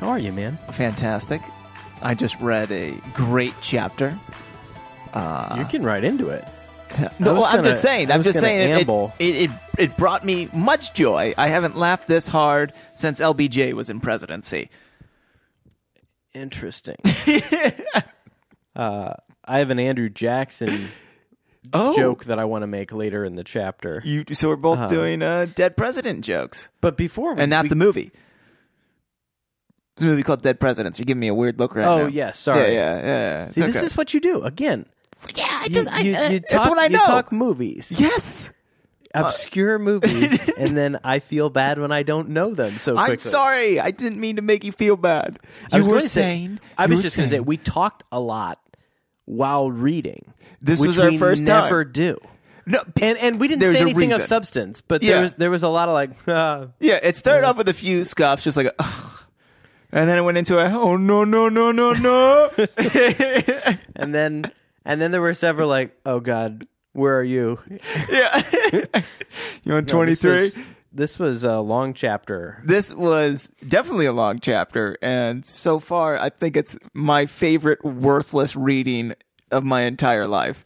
are you, man? Fantastic. I just read a great chapter. You're getting right into it. I No, was well, I'm gonna- just saying. I I'm was just gonna saying. it- amble. It, it, it it brought me much joy. I haven't laughed this hard since LBJ was in presidency. Interesting. uh, I have an Andrew Jackson Oh, joke that I want to make later in the chapter. You so we're both doing uh, dead president jokes, But before we, and not we- the movie. It's a movie called Dead Presidents. You're giving me a weird look right now. Oh, yeah, sorry. Yeah, yeah, yeah. It's See, this okay. is what you do again. yeah. I You- just you- I, uh, you that's talk- what I you know. talk movies, yes, Uh. obscure movies, and then I feel bad when I don't know them. So quickly. I'm sorry. I didn't mean to make you feel bad. I was you were gonna say- saying. I you was were just going to say saying- we talked a lot while reading. This which was our we first time. never do. No, And and we didn't There's say a anything of reason. substance, but Yeah. there was there was a lot of like uh, Yeah, it started off with a few scuffs, just like, a, "Ugh." and then it went into a, oh no no no no no. and then and then there were several like, "Oh god, where are you?" yeah, you No, on twenty this three? was- This was a long chapter. This was definitely a long chapter, and so far, I think it's my favorite worthless reading of my entire life.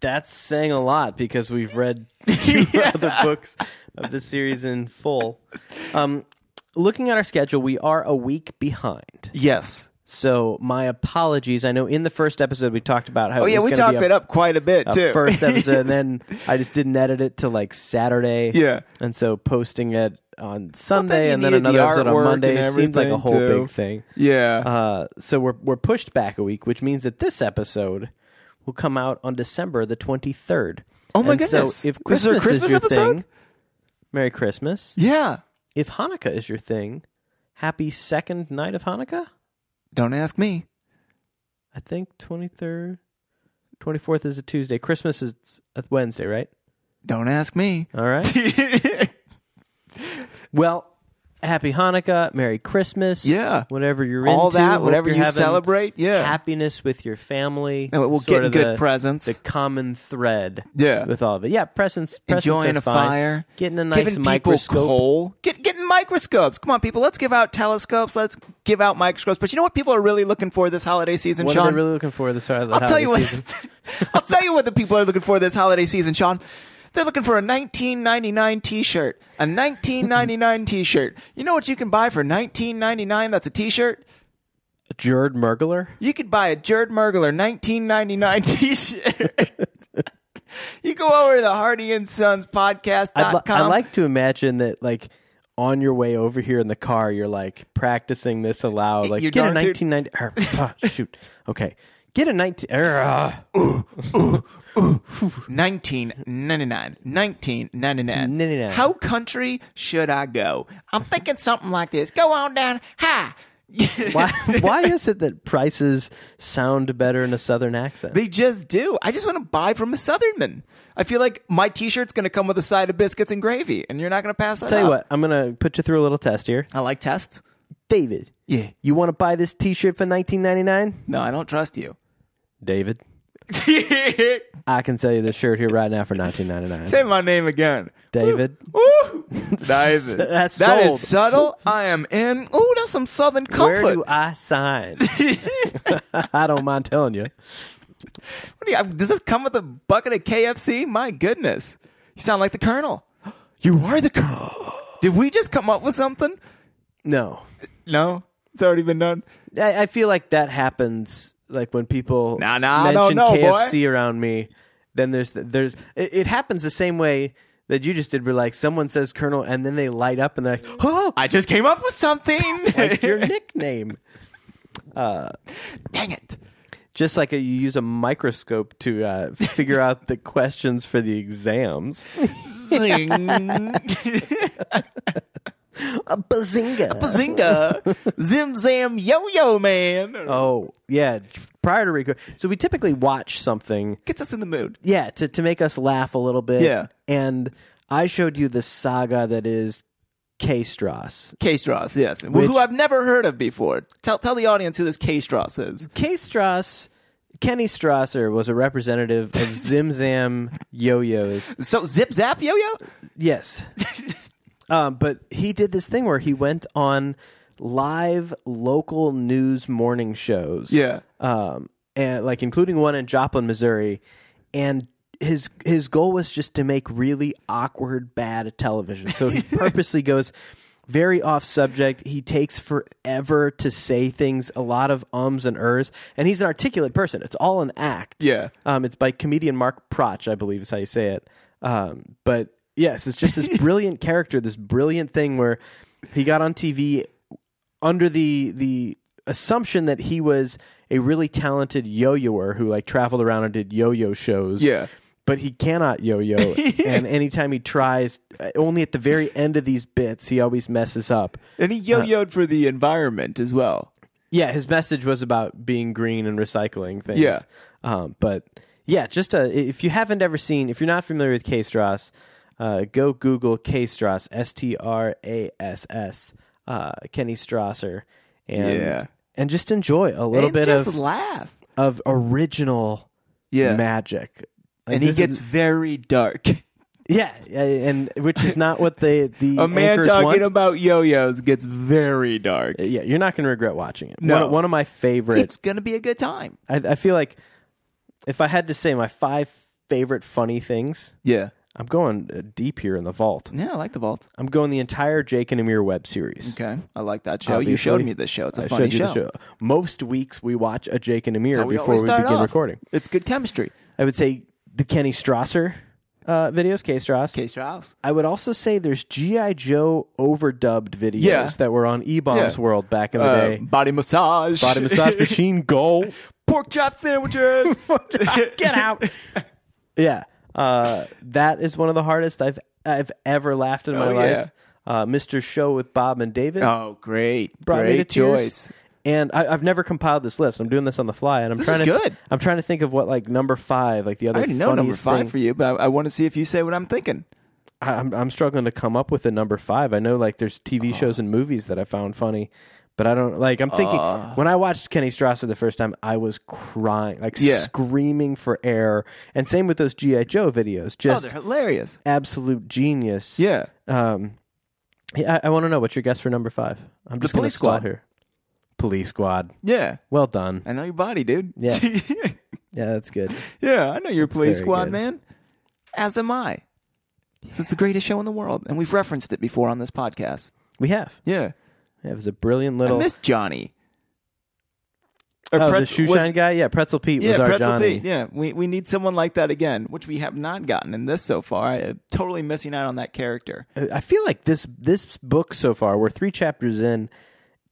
That's saying a lot because we've read two other books of the series in full. Um, looking at our schedule, we are a week behind. Yes. So my apologies. I know in the first episode we talked about how Oh it yeah, was we gonna be talked a- it up quite a bit a too. first episode, and then I just didn't edit it till like Saturday. Yeah. and so posting it on Sunday you and then needed the another episode artwork on Monday and seemed like a everything, whole too. big thing. yeah. Uh, so we're we're pushed back a week, which means that this episode will come out on December the twenty third. Oh my and goodness. So if Christmas This is our is, Christmas your episode? thing, Merry Christmas. yeah. If Hanukkah is your thing, Happy second night of Hanukkah. Don't ask me. I think twenty third. 24th is a Tuesday. Christmas is a Wednesday, right? Don't ask me. All right. Well, happy Hanukkah, Merry Christmas, Yeah. whatever you're All into, that, hope whatever you're you having celebrate, yeah. happiness with your family. No, we'll sort get of good the- presents. The common thread, Yeah. with all of it, yeah. Presents, presents enjoying are a fine. fire, getting a nice giving people microscope. coal, get getting microscopes. Come on, people, let's give out telescopes, let's give out microscopes. But you know what people are really looking for this holiday season, What Sean? am I really looking for this start of the I'll tell holiday you what. season? I'll tell you what the people are looking for this holiday season, Sean. They're looking for a 1999 T-shirt. A 1999 T-shirt. You know what you can buy for 1999? That's a T-shirt. Jerd Mergler. You could buy a Jerd Mergler 1999 T-shirt. you go over to the Hardy and Sons I'd li- podcast.com. I like to imagine that, like. On your way over here in the car, you're like practicing this aloud. Like, You're get a darn dude. 1990. er, ah, shoot. Okay. Get a 19. er, ah. 1999. 1999. 99. How country should I go? I'm thinking something like this. Go on down. Hi. why, why is it that prices sound better in a southern accent? They just do. I just want to buy from a Southernman. I feel like my T-shirt's going to come with a side of biscuits and gravy, and you're not going to pass that. Tell you up. what, I'm gonna put you through a little test here, I like tests. David. Yeah. you want to buy this T-shirt for 19.99? No, I don't trust you. David, Say I can sell you this shirt here right now for 19.99. my name again, David, Woo! Nice. That's That sold. is subtle. I am in. Ooh, that's some Southern where comfort. do I sign? I don't mind telling you. What do you- does this come with a bucket of KFC? My goodness. You sound like the Colonel. You are the Colonel. Did we just come up with something? No, No. It's already been done. I, I feel like that happens. Like when people Nah, nah, I mention don't know, boy. KFC around me, then there's there's it, it happens the same way that you just did. Where like someone says Colonel, and then they light up and they're like, oh, I just came up with something. like your nickname. Dang it. Just like a, you use a microscope to uh, figure out the questions for the exams. Zing. A bazinga. Bazinga. Zim zam yo yo man. oh, yeah. Prior to record. So we typically watch something, Gets us in the mood. yeah, to, to make us laugh a little bit. Yeah. And I showed you the saga that is K Strass. K Strauss, yes. Which- who I've never heard of before. Tell tell the audience who this K Strauss is. K Strass, Kenny Strasser was a representative of Zim Zam Yo Yo's. So zip zap yo yo? Yes. um, but he did this thing where he went on live local news morning shows. Yeah. Um, and like including one in Joplin, Missouri, and his his goal was just to make really awkward, bad television. So he purposely goes very off subject. He takes forever to say things, a lot of ums and ers, and he's an articulate person. It's all an act. Yeah. Um, it's by comedian Mark Proch, I believe is how you say it. Um, but yes, it's just this brilliant character, this brilliant thing where he got on TV under the the assumption that he was a really talented yo-yoer who like traveled around and did yo-yo shows. Yeah. But he cannot yo-yo, and anytime he tries, uh, only at the very end of these bits, he always messes up. And he Uh, yo-yoed for the environment as well. Yeah, his message was about being green and recycling things. Yeah. Um, but yeah, just a, if you haven't ever seen, if you're not familiar with K Strass, uh, go Google K Strass, S T R A S S, uh, Kenny Strasser, and Yeah. and just enjoy a little and bit just of laugh. of original Yeah. magic. Like, and he this gets is, very dark. yeah, yeah, and which is not what they the A man anchors talking want. about yo-yos gets very dark. yeah, you're not going to regret watching it. No. One, one of my favorite It's gonna be a good time. I, I feel like if I had to say my five favorite funny things, Yeah. I'm going uh, deep here in the vault. Yeah, I like the vault. I'm going the entire Jake and Amir web series. Okay, I like that show. Obviously. You showed me this show. It's a I funny showed you the show. Most weeks we watch a Jake and Amir How we before always we start begin off. recording. It's good chemistry. I would say the Kenny Strasser uh, videos, K Strass. Case Strauss. I would also say there's G.I. Joe overdubbed videos Yeah. that were on E Bombs Yeah. World back in the Uh, day. body massage. Body massage machine, go. Pork chop sandwiches. get out. yeah, uh, that is one of the hardest I've I've ever laughed in my Oh, yeah. life. Uh, Mr. Show with Bob and David oh, great, brought me to great tears. choice. And I, I've never compiled this list. I'm doing this on the fly, and I'm trying is to. good. I'm trying to think of what like number five, like the I other already know number funniest five thing. for you, but I, I want to see if you say what I'm thinking. I, I'm I'm struggling to come up with a number five. I know like there's Oh. TV shows and movies that I found funny. But I don't like. I'm thinking Uh. when I watched Kenny Strasser the first time, I was crying, like Yeah. screaming for air. And same with those GI Joe videos. Oh, Just they're hilarious. absolute genius. Yeah, Um, yeah, I, I want to know what's your guess for number five. I'm just going to Police squad Squad. here. Police squad. yeah. Well done. I know your body, dude. Yeah. Yeah, that's good. yeah. I know your police very squad, good. man. As am I. This is the greatest show in the world, and we've referenced it before on this podcast. We have. Yeah, It was a brilliant I little. miss Johnny. Or oh, the Pretz- shoe was- shine guy. Yeah, Pretzel Pete Yeah, was our Pretzel Johnny. Pete. Yeah, we, we need someone like that again, which we have not gotten in this so far. I, am totally missing out on that character. I feel like this this book so far. We're three chapters in,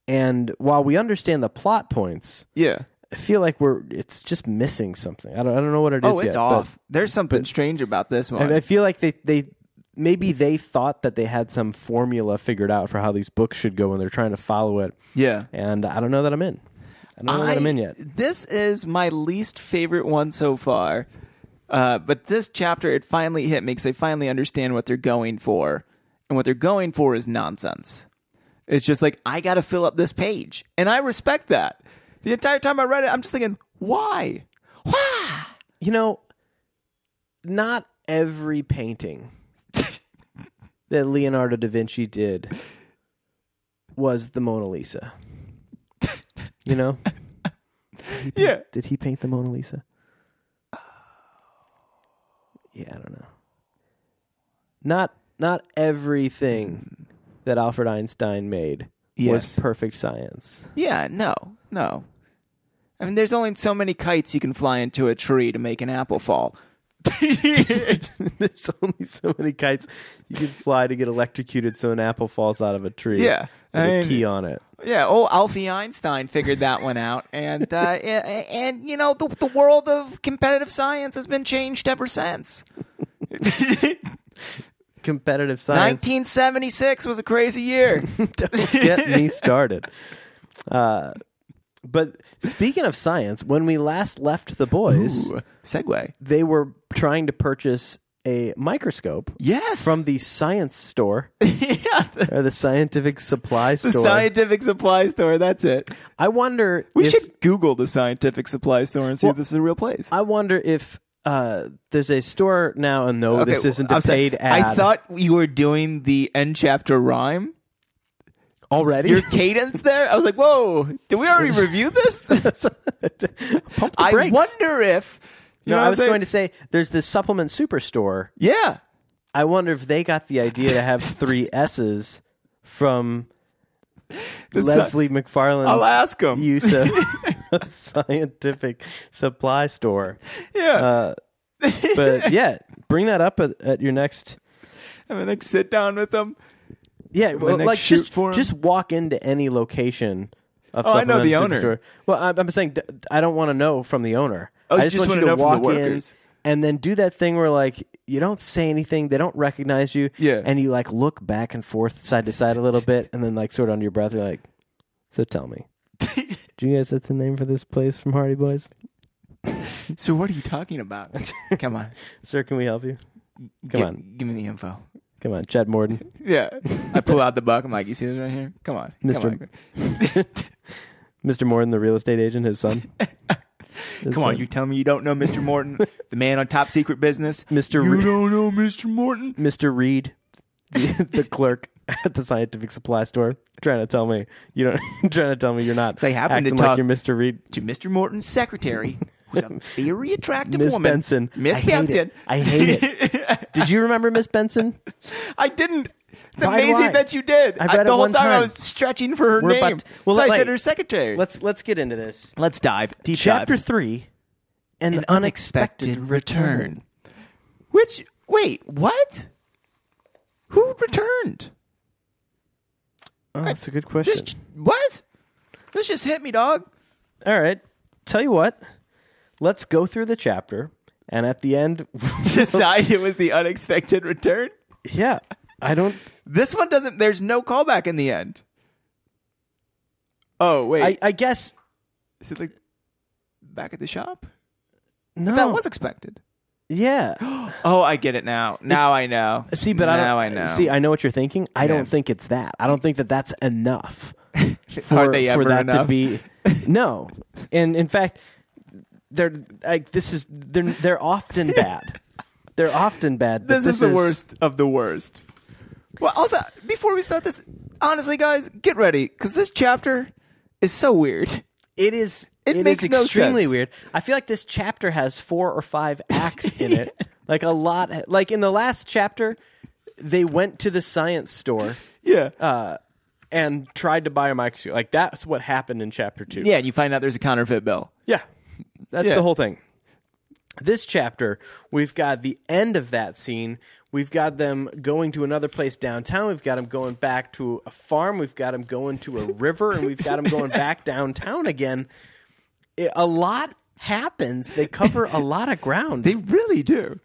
and while we understand the plot points, Yeah. I feel like we're it's just missing something. I don't I don't know what it is. Oh, it's yet, but off. There's something strange about this one. I, I feel like they they maybe they thought that they had some formula figured out for how these books should go, and they're trying to follow it. yeah. and I don't know that I'm in. I don't know that I'm in yet. This is my least favorite one so far. Uh, but this chapter, it finally hit me because I finally understand what they're going for. And what they're going for is nonsense. It's just like, I got to fill up this page. And I respect that. The entire time I read it, I'm just thinking, why? Why? You know, not every painting that Leonardo da Vinci did was the Mona Lisa. You know, Yeah. did he paint the Mona Lisa? Yeah, I don't know. Not not everything that Alfred Einstein made Yes. was perfect science. Yeah, no, no. I mean, there's only so many kites you can fly into a tree to make an apple fall. There's only so many kites you can fly to get electrocuted so an apple falls out of a tree. Yeah, With I a mean- key on it. yeah, oh, Alfie Einstein figured that one out, and uh, a- a- and you know the the world of competitive science has been changed ever since. Competitive science. 1976 was a crazy year. Don't get me started. Uh, but speaking of science, when we last left the boys, Ooh, segue. they were trying to purchase a microscope Yes, from the science store yeah, the, or the scientific supply the store. scientific supply store. That's it. I wonder We if should Google the scientific supply store and see Well, if this is a real place. I wonder if uh, there's a store now, and no, this Okay, isn't a I'm sorry. paid ad. I thought you were doing the end chapter rhyme. already. Your cadence there, I was like, "Whoa! Did we already review this?" Pump the I brakes. wonder if. You no, know what I I'm was saying? going to say there's this supplement superstore. Yeah, I wonder if they got the idea to have three S's from The sci- Leslie McFarland's I'll ask 'em. use of, of scientific supply store. yeah. Uh, but yeah, bring that up at, at your next. I'm gonna like, sit down with them. Yeah, well, next like shoot just for 'em. just walk into any location. Of Oh, I know Supplemental the owner. Superstore. Well, I'm, I'm saying d- I don't want to know from the owner. Oh, I you just want wanna you know from the walk in workers. and then do that thing where like you don't say anything, they don't recognize you, Yeah. and you like look back and forth side to side a little bit, and then like sort of under your breath, you're like, "So tell me, do you guys have the name for this place from Hardy Boys? So what are you talking about? Come on, Sir, can we help you? Come Gi- on. give me the info. Come on, Chad Morden, Yeah, I pull out the buck. I'm like, you see this right here? Come on, come Mr. on, Mr. Morden, the real estate agent, his son. His come on. son. You tell me you don't know Mr. Morton, the man on top secret business. Mr. You Re- don't know Mr. Morton. Mr. Reed, the, the clerk at the scientific supply store, trying to tell me you don't trying to tell me you're not They happen to acting talk- like you're Mr. Reed. to Mr. Morton's secretary, who's a very attractive Miss woman. Benson. Miss I hate Benson. it. I hate Did you remember Miss Benson? I didn't. It's Why do amazing I? that you did. I read the it whole one time, I time. was stretching for her We're name. about to- well, so I wait. said her secretary. Let's let's get into this. let's dive. Deep Chapter dive. three, an, An unexpected return. Which wait, what? Who returned? Oh, that's a good This question. what? This just hit me, dog. All right, tell you what, let's go through the chapter, and at the end, Decide it was the unexpected return. yeah, I don't. This one doesn't. There's no callback in the end. Oh wait, I, I guess is it like back at the shop? no. That was expected. yeah. Oh, I get it now. Now I know. See, but now I I, don't know. See, I know what you're thinking. I Yeah. don't think it's that. I don't think that that's enough for, Are they ever for that to enough? be no. And in fact, they're like this is they're they're often bad. They're often bad. but this, is the worst of the worst. Well, also before we start this, honestly, guys, get ready because this chapter is so weird. It is. It It, makes makes no extremely sense. weird. I feel like this chapter has four or five acts in it. Like a lot. Like in the last chapter, they went to the science store Yeah. uh, and tried to buy a microscope. Like that's what happened in chapter two. yeah, and you find out there's a counterfeit bill. Yeah. That's Yeah. the whole thing. This chapter, we've got the end of that scene. We've got them going to another place downtown. We've got them going back to a farm. We've got them going to a river. And we've got them going back downtown again. I- a lot happens. They cover a lot of ground. They really do.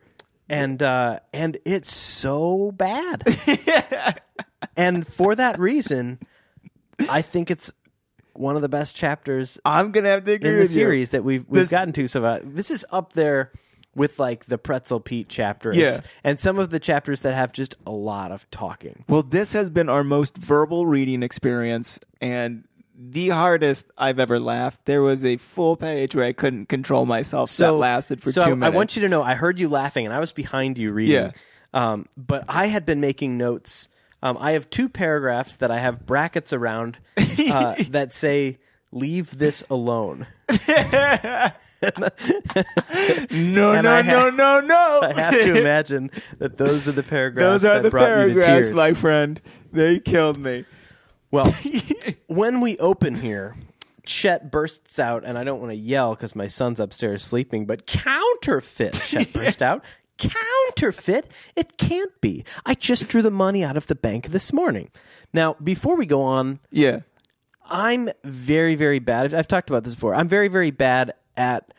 and, uh, and it's so bad. and for that reason, I think it's one of the best chapters I'm gonna have to agree in the with you. series that we've we've This- gotten to so far. This is up there with like the Pretzel Pete chapter, and, Yeah. s- and some of the chapters that have just a lot of talking. Well, this has been our most verbal reading experience and the hardest I've ever laughed. There was a full page where I couldn't control myself. that lasted for so two I- minutes. I want you to know I heard you laughing, and I was behind you reading. Yeah. Um, but I had been making notes. Um, I have two paragraphs that I have brackets around uh, that say "Leave this alone." no, and no, I ha- no, no, no. I have to imagine that those are the paragraphs Those are that the brought you to paragraphs, tears. my friend. They killed me. Well, when we open here, Chet bursts out, and I don't want to yell because my son's upstairs sleeping, but counterfeit, Chet burst out. Counterfeit? It can't be. I just drew the money out of the bank this morning. Now, before we go on, Yeah. I'm very, very bad. I've- I've talked about this before. I'm very, very bad at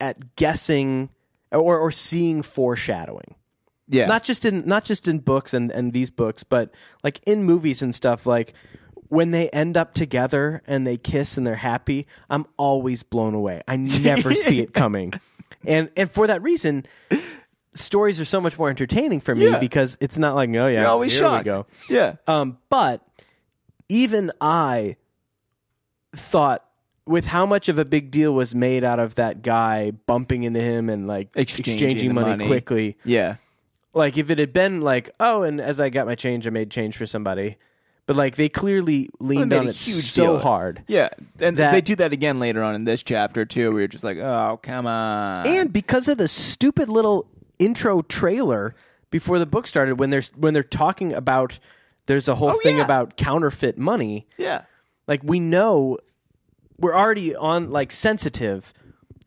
at guessing or, or seeing foreshadowing Yeah. not just in not just in books and and these books but like in movies and stuff like when they end up together and they kiss and they're happy i'm always blown away i never see it coming and and for that reason stories are so much more entertaining for me Yeah. because it's not like oh yeah You're always here shocked. we go Yeah. um, but even I thought with how much of a big deal was made out of that guy bumping into him and like Exchanging exchanging, the money, money. quickly. Yeah. Like if it had been like, oh, and as I got my change, I made change for somebody. But like they clearly leaned made on a it huge so deal. hard. Yeah, and That- they do that again later on in this chapter too. Where you're just like, oh come on. And because of the stupid little intro trailer before the book started when there's when they're talking about there's a whole thing yeah. about counterfeit money. yeah, Like we know we're already on like sensitive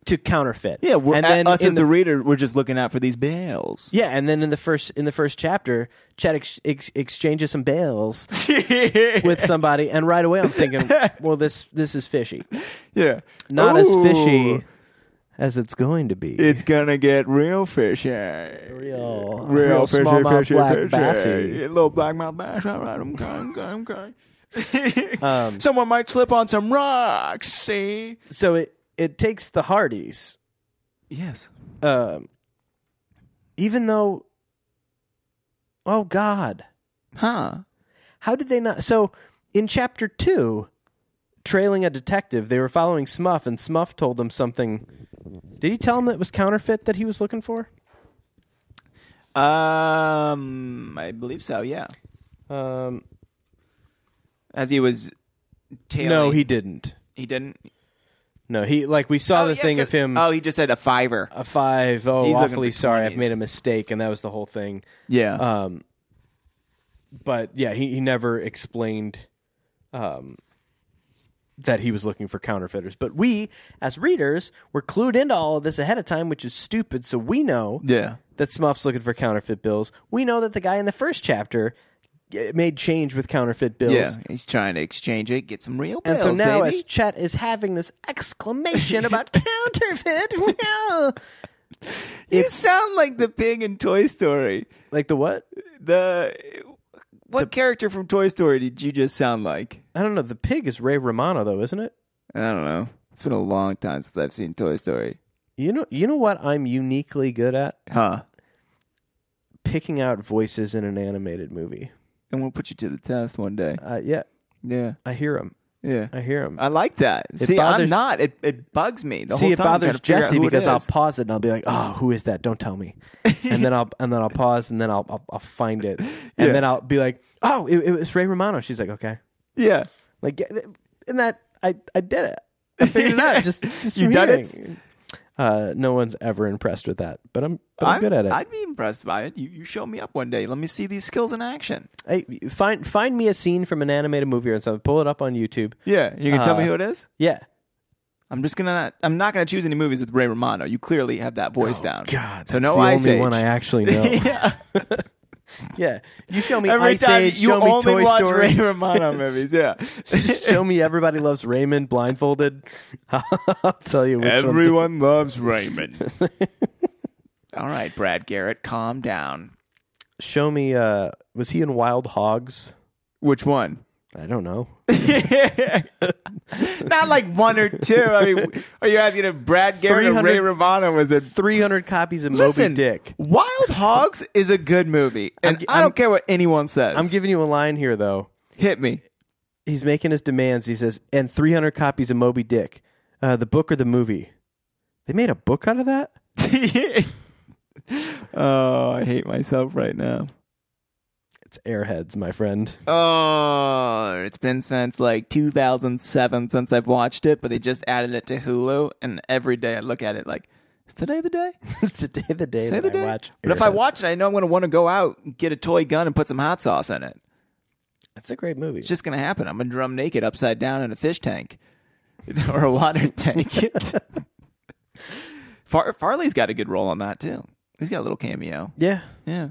to counterfeit. yeah. We're, and at- then us in as the, reader, we're just looking out for these bales. yeah, and then in the first in the first chapter, Chad ex- ex- exchanges some bales with somebody, and right away I'm thinking, well, this this is fishy. yeah, Not Ooh, as fishy as it's going to be. It's gonna get real fishy. real, Real, fishy, smallmouth fishy, black fishy. bassy. Yeah, little black mouth bass. All right, I'm crying, I'm crying. Someone might slip on some rocks. See? So it it takes the Hardys, Yes. um, even though. Oh God, Huh. how did they not? So in chapter two, trailing a detective, they were following Smuff, and Smuff told them something. Did he tell him that was counterfeit that he was looking for? Um, I believe so. Yeah. Um, As he was tailing. no, he didn't. he didn't. No, he like we saw Oh, the yeah, thing 'cause- of him Oh, he just said a fiver. a five. Oh, He's looking awfully for sorry, I've 20s. made a mistake, and that was the whole thing. Yeah. Um, but yeah, he, he never explained um, that he was looking for counterfeiters. But we, as readers, were clued into all of this ahead of time, which is stupid. So we know yeah. that Smuff's looking for counterfeit bills. We know that the guy in the first chapter eh, made change with counterfeit bills. Yeah. He's trying to exchange it, get some real And bills, so now, baby. as Chet is having this exclamation about counterfeit, well, you sound like the pig in Toy Story. like the what? The what character from Toy Story did you just sound like? I don't know. The pig is Ray Romano, though, isn't it? I don't know. It's been a long time since I've seen Toy Story. You know, you know what I'm uniquely good at Huh. picking out voices in an animated movie. And we'll put you to the test one day. Uh, yeah, Yeah. I hear them. Yeah. I hear them. I like that. See, bothers- I'm not. It, it bugs me. The See, Uh, whole it time I'm bothers trying to figure out Jesse who it because I'll is. pause it and I'll be like, "Oh, who is that? Don't tell me." And then I'll and then I'll pause and then I'll I'll, I'll find it and Yeah. then I'll be like, "Oh, it, it was Ray Romano." She's like, "Okay," Yeah. like, and that I I did it. I figured it out. Just just You from done it? hearing. Uh, no one's ever impressed with that, but I'm but I'm, good at it. I'd be impressed by it. You, you show me up one day. Let me see these skills in action. Hey, find find me a scene from an animated movie or something. Pull it up on YouTube. Yeah. You can tell me Uh, who it is? Yeah. I'm just gonna not. I'm not gonna choose any movies with Ray Romano. You clearly have that voice down. Oh, God. So that's no the Ice only Age. one I actually know. yeah. yeah. You show me Every Ice time Age. you show me only Toy watch Story. Ray Romano movies. Yeah. show me Everybody Loves Raymond blindfolded. I'll tell you which one's. loves Raymond. All right, Brad Garrett, calm down. Show me. Uh, was he in Wild Hogs? Which one? I don't know. Not like one or two. I mean, are you asking if Brad Garrett or Ray 300 Romano was a Three hundred copies of Listen, Moby Dick. Wild Hogs is a good movie, and I'm- I don't I'm- care what anyone says. I'm giving you a line here though. Hit me. He's making his demands. He says, "And three hundred copies of Moby Dick, uh, the book or the movie." They made a book out of that. oh, I hate myself right now. It's Airheads, my friend. Oh, it's been since like 2007 since I've watched it, but they just added it to Hulu, and every day I look at it like, is today the day? It's today the day Today that the I day? watch. but if I Airheads. watch it, I know I'm going to want to go out, and get a toy gun, and put some hot sauce in it. it's a great movie. It's just going to happen. I'm going to drum naked upside down in a fish tank or a water tank. Far- Farley's got a good role on that, too. He's got a little cameo. yeah, Yeah.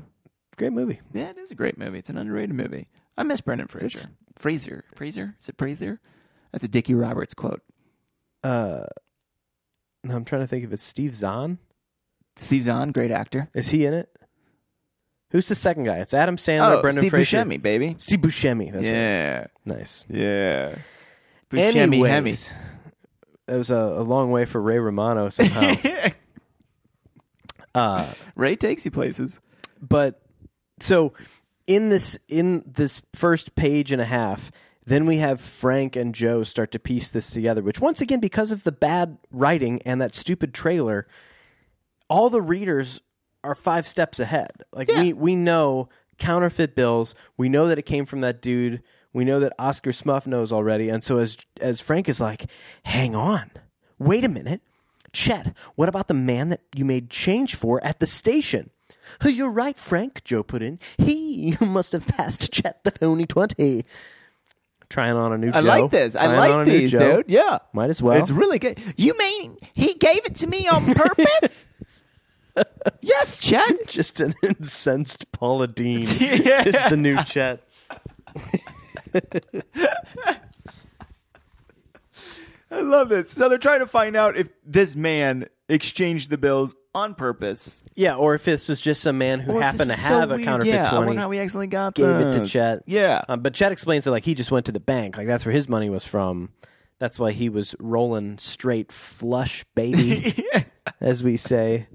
great movie. Yeah, it is a great movie. It's an underrated movie. I miss Brendan Fraser. It's- Fraser. Fraser? Is it Fraser? That's a Dickie Roberts quote. Uh, no, I'm trying to think if it's Steve Zahn. Steve Zahn, great actor. Is he in it? Who's the second guy? It's Adam Sandler, oh, Brendan Steve Fraser, Buscemi, baby. Steve Buscemi. That's right. yeah. nice. Yeah. Buscemi, Hemi. Anyways, that was a, a long way for Ray Romano somehow. uh, Ray takes you places. but so in this in this first page and a half then we have frank and joe start to piece this together which once again because of the bad writing and that stupid trailer all the readers are five steps ahead like we we know counterfeit bills we know that it came from that dude We know that Oscar Smuff knows already, and so as as Frank is like, "Hang on, wait a minute, Chet. What about the man that you made change for at the station?" "Oh, You're right, Frank. Joe put in. He must have passed Chet the phony twenty. Trying on a new. I Joe. like this. I Trying on a like new these, Joe. dude. Yeah. Might as well. It's really good. You mean he gave it to me on purpose? yes, Chet. just an incensed Paula Dean. Yeah. Is the new Chet. I love this. So they're trying to find out if this man exchanged the bills on purpose. Yeah, or if this was just some man who Or if happened to this was have so a weird. counterfeit yeah, I twenty, wonder how we accidentally got gave it to those. Chet. Yeah. um, but Chet explains that like he just went to the bank, like that's where his money was from. That's why he was rolling straight flush, baby, as we say,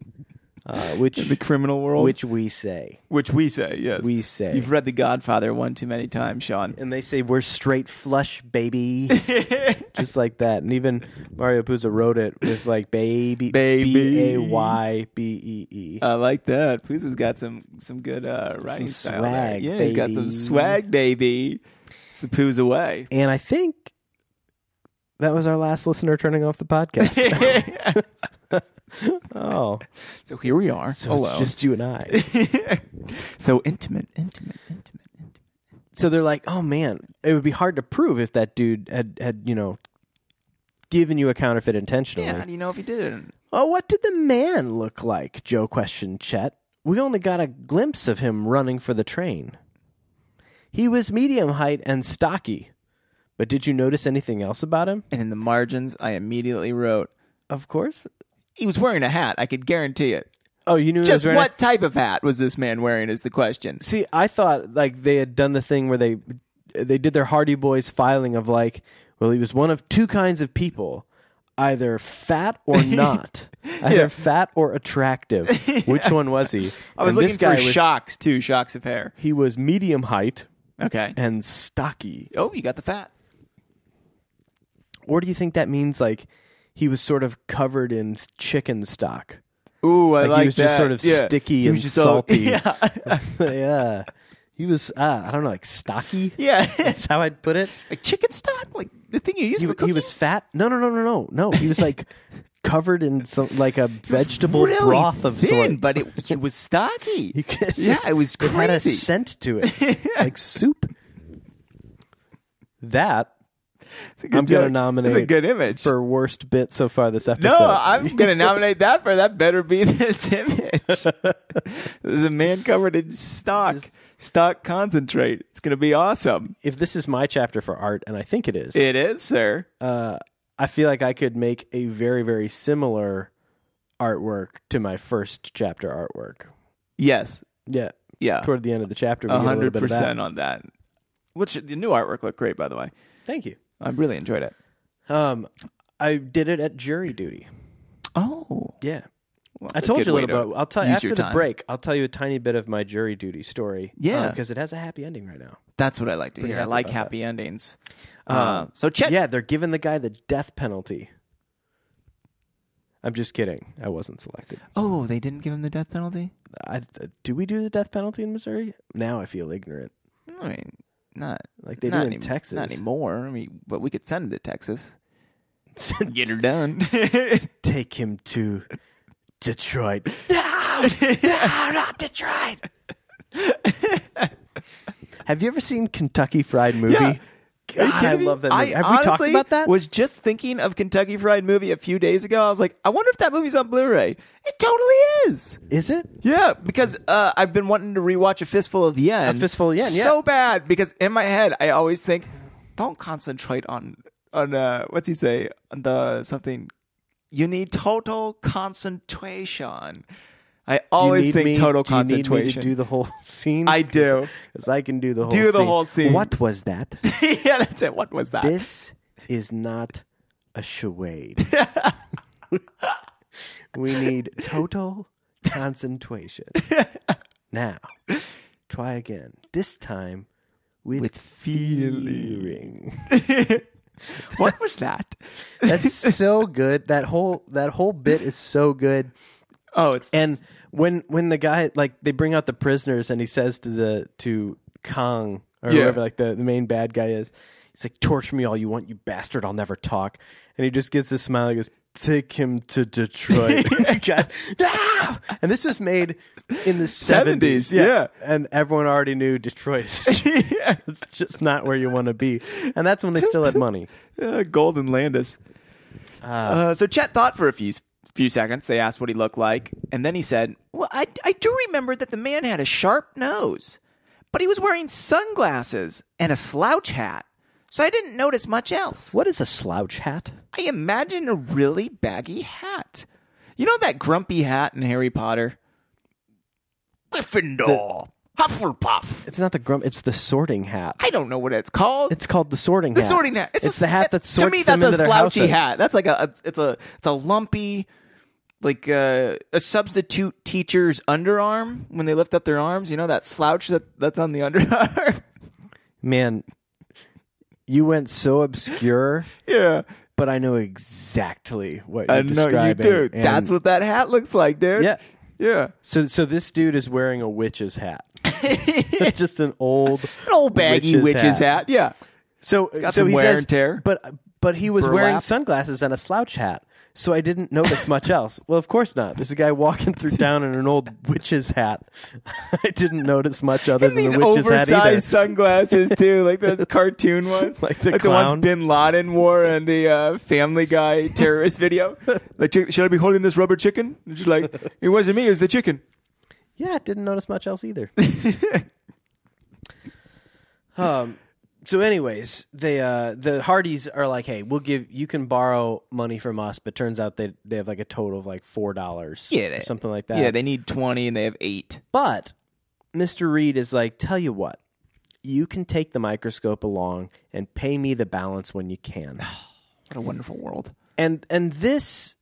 uh, the which criminal world, which, which we say, we say, yes, we say, You've read The Godfather one too many times, Sean. and they say we're straight flush, baby, just like that. And even Mario Puzo wrote it with like baby, Baby. B A Y B E E. I like that. Puzo's got some some good uh, writing style. there. swag, yeah, he's got some baby. swag, baby. It's the Pooz away. And I think that was our last listener turning off the podcast. oh, so here we are. so Hello. it's just you and I. so intimate, intimate, intimate. so they're like, oh man, it would be hard to prove if that dude had had you know given you a counterfeit intentionally. Yeah, how do you know if he didn't? Oh, what did the man look like? Joe questioned Chet. We only got a glimpse of him running for the train. He was medium height and stocky. But did you notice anything else about him? And in the margins, I immediately wrote, Of course. he was wearing a hat. I could guarantee it. Oh, you knew he was Just wearing a- what type of hat was this man wearing is the question. See, I thought like they had done the thing where they they did their Hardy Boys filing of like, well, he was one of two kinds of people, either fat or not, either fat or attractive. Which one was he? I was And looking this guy for was, shocks too, shocks of hair. He was medium height Okay. and stocky. Oh, you got the fat. Or do you think that means like he was sort of covered in chicken stock? Ooh, I Like, like, he was just that. sort of Yeah. sticky He was and just salty. yeah, yeah, he was. Uh, I don't know, like stocky. yeah. That's how I'd put it. like chicken stock, like the thing you use he, for he cooking. was fat. No, no, no, no, no, no. He was like covered in some like a vegetable really broth of thin, sorts. but it, it was stocky. You could- yeah, it was it crazy. had a scent to it, like soup. That It's a I'm gonna joke. nominate It's a good image. for worst bit so far this episode. no, I'm gonna nominate that for that. Better be this image. this is a man covered in stock, stock concentrate. It's gonna be awesome. if this is my chapter for art, and I think it is, It is, sir. uh, I feel like I could make a very, very similar artwork to my first chapter artwork. Yes. Yeah, Yeah. toward the end of the chapter, we get A a little hundred bit of that. percent on that. Which the new artwork looked great, by the way. Thank you. I really enjoyed it. Um, I did it at jury duty. Oh, Yeah. Well, I that's told good you a way little to bit. I'll tell you use after your the time. break. I'll tell you a tiny bit of my jury duty story. Yeah. because it has a happy ending right now. That's what I like to hear. I happy like about happy endings. Uh, so Chet, Yeah, they're giving the guy the death penalty. I'm just kidding. I wasn't selected. Oh, they didn't give him the death penalty. I, uh, do we do the death penalty in Missouri? Now I feel ignorant. I mean, not Like they do not in any- Texas. Not anymore. I mean, but we could send him to Texas. Get her done. Take him to Detroit. no, no, not Detroit. Have you ever seen Kentucky Fried Movie? Yeah. Are you God, I kidding me? love that. I Movie. Have we talked honestly about that? Was just thinking of Kentucky Fried Movie a few days ago. I was like, I wonder if that movie's on Blu-ray. It totally is. Is it? Yeah, because uh, I've been wanting to rewatch A Fistful of Yen. A Fistful of Yen, yeah. So bad because in my head I always think, don't concentrate on on uh, what's he say on the something. You need total concentration. I always need think me- total do you need me concentration. to do the whole scene. I do. because I can do the whole Do the whole scene. What was that? yeah, that's it. What was that? this is not a charade. we need total concentration. now, try again. This time with, With feeling. what was that? That's so good. That whole that whole bit is so good. Oh, it's And when when the guy like they bring out the prisoners and he says to the to Kong or Yeah. whoever like the, the main bad guy is. He's like, torture me all you want, you bastard. I'll never talk. And he just gets this smile. He goes, take him to Detroit. God. No! And this was made in the 70s. 70s, yeah. And everyone already knew Detroit is yeah. just not where you want to be. And that's when they still had money. Uh, Golden Landis. Uh, so Chet thought for a few few seconds. They asked what he looked like, and then he said, "Well, I I do remember that the man had a sharp nose, but he was wearing sunglasses and a slouch hat, so I didn't notice much else. What is a slouch hat? I imagine a really baggy hat. You know that grumpy hat in Harry Potter? Gryffindor, Hufflepuff. It's not the grump, it's the sorting hat. I don't know what it's called. It's called the sorting The hat. sorting hat. It's, a- the hat that sorts to me. them into That's a their slouchy houses. hat. That's like a, a- it's a it's a lumpy like uh, a substitute teacher's underarm when they lift up their arms. You know that slouch that that's on the underarm. Man, you went so obscure, yeah, but I know exactly what you're I know you describing. do. and- That's what that hat looks like, dude. Yeah. yeah. So, so this dude is wearing a witch's hat. Just an old, An old baggy Witch's witch's, hat. Yeah, So, got so some he wear says, and tear. But, but he was wearing burlap. sunglasses and a slouch hat. So I didn't notice much else. Well, of course not. This is a guy walking through town in an old witch's hat. I didn't notice much other And than these the witch's hat either. oversized sunglasses too, like those cartoon ones, Like the clown. ones Bin Laden wore in the uh, Family Guy terrorist video. Like, "Chick- should I be holding this rubber chicken? And she's like, it wasn't me, it was the chicken. Yeah, didn't notice much else either. um. So, anyways, they uh the Hardys are like, hey, we'll give you can borrow money from us, but turns out they they have like a total of like four dollars, Yeah, they- something like that. Yeah, they need twenty and they have eight. but Mister Reed is like, tell you what, you can take the microscope along and pay me the balance when you can, What a wonderful world. and and this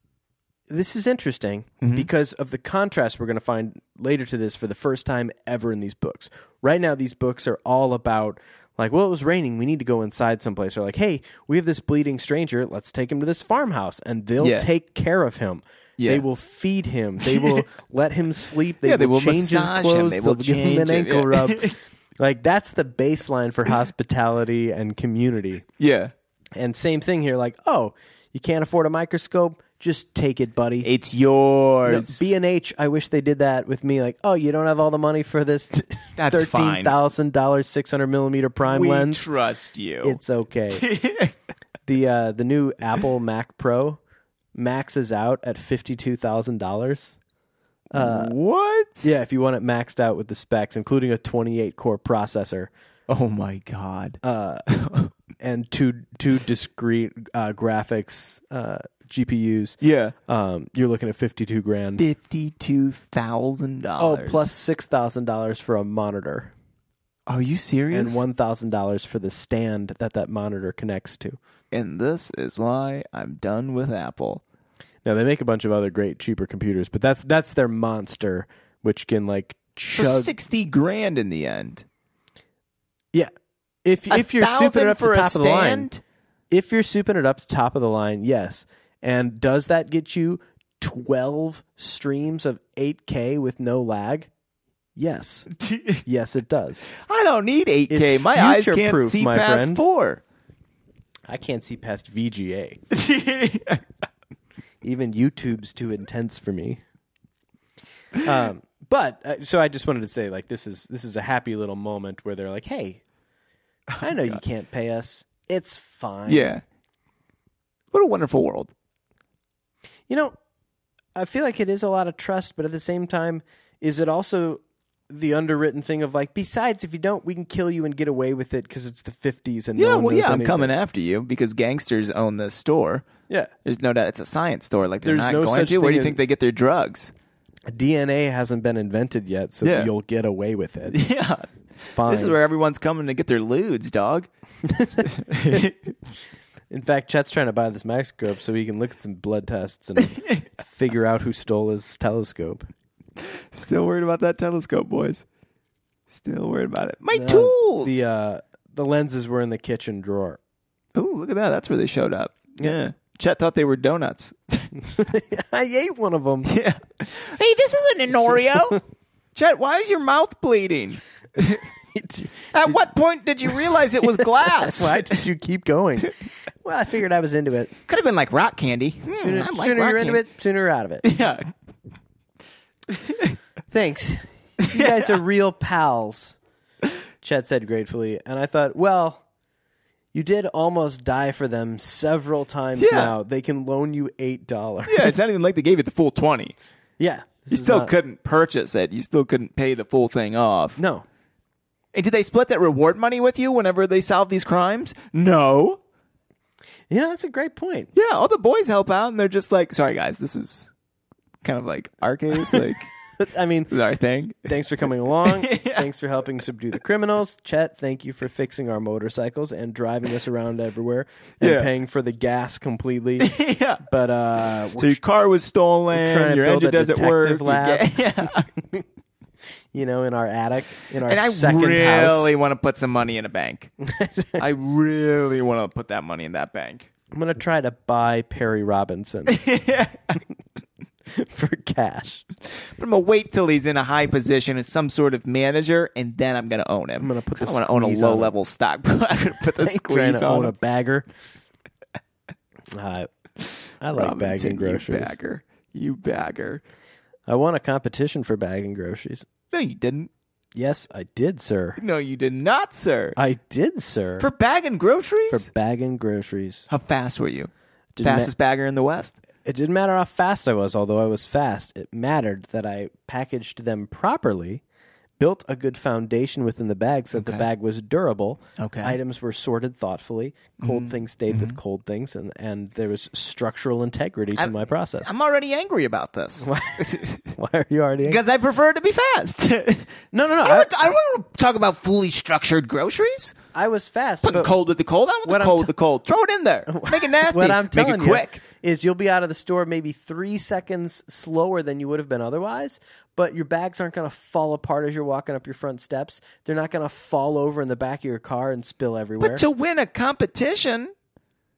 this is interesting Mm-hmm. because of the contrast we're going to find later to this for the first time ever in these books. Right now, these books are all about like, well, it was raining. We need to go inside someplace. Or like, hey, we have this bleeding stranger. Let's take him to this farmhouse, and they'll Yeah. take care of him. Yeah. They will feed him. They will let him sleep. They, Yeah, they will, will change his massage him. clothes. They will will give him an change him. ankle Yeah. rub. like that's the baseline for hospitality and community. Yeah, And same thing here, like, oh, you can't afford a microscope, just take it, buddy. it's yours. B and H, I wish they did that with me. Like, oh, you don't have all the money for this t- That's thirteen fine. thousand dollars six hundred millimeter prime we lens. trust you. it's okay. the uh, the new Apple Mac Pro maxes out at fifty two thousand dollars. uh, what? Yeah, if you want it maxed out with the specs, including a twenty eight core processor Oh my god. and two two discrete uh, graphics uh, GPUs, yeah, um, you're looking at fifty two grand. fifty-two thousand Oh, dollars. plus six thousand dollars for a monitor Are you serious? and one thousand dollars for the stand that that monitor connects to. And this is why I'm done with Apple. Now they make a bunch of other great cheaper computers, but that's that's their monster, which can like For chug. sixty grand in the end. yeah, if if you're souping it up to for the a top of the line, stand, if you're souping it up to top of the line, yes. And does that get you twelve streams of eight K with no lag? Yes, yes, it does. I don't need eight K. It's My eyes can't future-proof, see my past friend. four. I can't see past VGA. yeah, even YouTube's too intense for me. Um, but uh, so I just wanted to say, like, this is this is a happy little moment where they're like, "Hey, Oh I know you can't pay us. It's fine. what a wonderful world. you know, I feel like it is a lot of trust, but at the same time, is it also the underwritten thing of like, besides, if you don't, we can kill you and get away with it because it's the fifties and Yeah, no one well, knows yeah, I'm anything. coming after you because gangsters own this store. Yeah, There's no doubt it's a science store. Like they're There's not no going such to. Where thing do you think as- they get their drugs? DNA hasn't been invented yet, so Yeah. you'll get away with it. Yeah, It's fine. this is where everyone's coming to get their lewds, dog. In fact, Chet's trying to buy this microscope so he can look at some blood tests and figure out who stole his telescope. Still worried about that telescope, boys. Still worried about it. My Uh, tools. The uh, the lenses were in the kitchen drawer. Ooh, look at that. That's where they showed up. Yeah. Chet thought they were donuts. I ate one of them. yeah. Hey, this isn't an Oreo. Chet, why is your mouth bleeding? At what point did you realize it was glass? Why did you keep going? Well, I figured I was into it. Could have been like rock candy. Hmm, Sooner, I like sooner rock you're into candy. it, sooner you're out of it. Yeah. Thanks. You guys are real pals, Chet said gratefully. And I thought, well, you did almost die for them several times Yeah. now. They can loan you $8. Yeah, it's not even like they gave you the full 20. Yeah. You This is still not- couldn't purchase it. You still couldn't pay the full thing off. No. And did they split that reward money with you whenever they solve these crimes? No. You know, that's a great point. Yeah, all the boys help out and they're just like, sorry guys, this is kind of like our case. Like, I mean, this is our thing. thanks for coming along. Thanks for helping subdue the criminals. Chet, thank you for fixing our motorcycles and driving us around everywhere and Yeah. paying for the gas completely. yeah. But uh, we're So your car was trying to stolen, your build engine a doesn't work. detective lab. you get- yeah. you know, in our attic, in our And I second really house. want to put some money in a bank. I really want to put that money in that bank. I'm gonna try to buy Perry Robinson for cash. But I'm gonna wait till he's in a high position as some sort of manager, and then I'm gonna own him. I'm gonna put the I want to own a squeeze on low him. level stock. I'm gonna put the Trying squeeze to on own him. a bagger. Uh, I like Robinson, bagging groceries. You bagger. You bagger. I won a competition for bagging groceries. No, you didn't. Yes, I did, sir. No, you did not, sir. I did, sir. For bagging groceries. for bagging groceries. How fast were you? Didn't Fastest bagger in the West. It didn't matter how fast I was, although I was fast. It mattered that I packaged them properly, built a good foundation within the bag so that the bag was durable. Okay. Mm-hmm. Items were sorted thoughtfully. Cold things stayed with cold things, and, and there was structural integrity to my process. I'm already angry about this Why are you already? because I prefer to be fast. no, no, no. I, I, don't- I don't want to talk about fully structured groceries. I was fast. Putting but cold with the cold. I want what the I'm cold t- with the cold. Throw it in there. Make it nasty. What I'm telling Make it quick. you is you'll be out of the store maybe three seconds slower than you would have been otherwise. But your bags aren't going to fall apart as you're walking up your front steps. They're not going to fall over in the back of your car and spill everywhere. But to win a competition,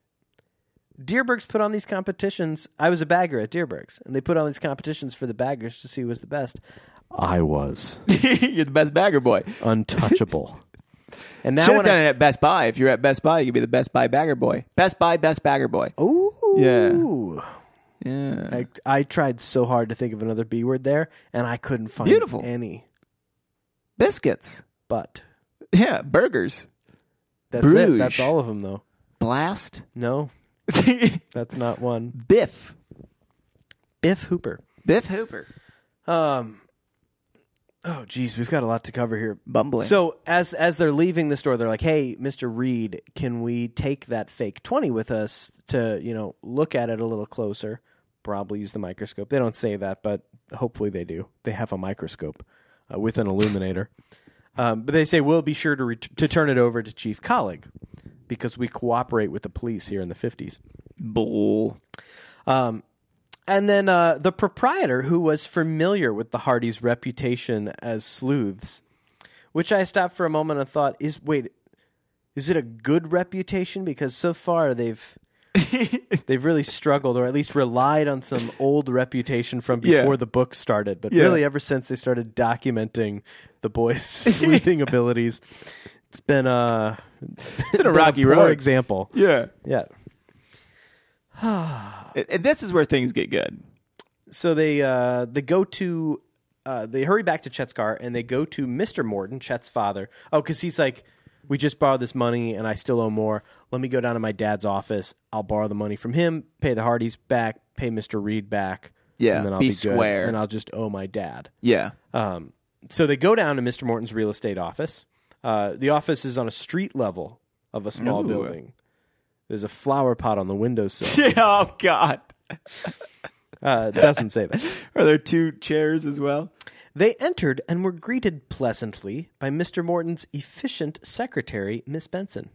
Deerberg's put on these competitions. I was a bagger at Deerberg's, and they put on these competitions for the baggers to see who was the best. I was you're the best bagger boy. untouchable. and now Should when have done I, it at Best Buy. If you're at Best Buy, you could be the Best Buy bagger boy. Best Buy, best bagger boy. Ooh. Yeah. Oh. I, I tried so hard to think of another B word there, and I couldn't find Beautiful. any. Biscuits. But Yeah. Burgers. That's it. Bruges. That's all of them, though. Blast. No, that's not one. Biff. Biff Hooper. Biff Hooper. Um. Oh, geez, we've got a lot to cover here. Bumbling. So as as they're leaving the store, they're like, "Hey, Mister Reed, can we take that fake twenty with us to you know look at it a little closer? Probably use the microscope. They don't say that, but hopefully they do. They have a microscope uh, with an illuminator. Um, but they say we'll be sure to ret- to turn it over to Chief Colleague because we cooperate with the police here in the fifties. bull. And then uh, the proprietor, who was familiar with the Hardys' reputation as sleuths, which I stopped for a moment and thought, is wait, is it a good reputation? Because so far they've they've really struggled, or at least relied on some old reputation from Yeah. before the book started. But Yeah. really, ever since they started documenting the boys' sleuthing abilities, it's been uh, it's been a rocky poor road. example. Yeah. Yeah. And- Uh, and This is where things get good. so they uh, they go to uh, they hurry back to Chet's car and they go to Mr. Morton, Chet's father. Oh, because he's like, we just borrowed this money and I still owe more. Let me go down to my dad's office. I'll borrow the money from him, pay the Hardys back, pay Mr. Reed back. Yeah, and then I'll be be, good, square. and I'll just owe my dad. Yeah. Um, so they go down to Mr. Morton's real estate office. Uh, the office is on a street level of a small Ooh. building. There's a flower pot on the windowsill. oh, God. Uh, it doesn't say that. Are there two chairs as well? They entered and were greeted pleasantly by Mr. Morton's efficient secretary, Miss Benson.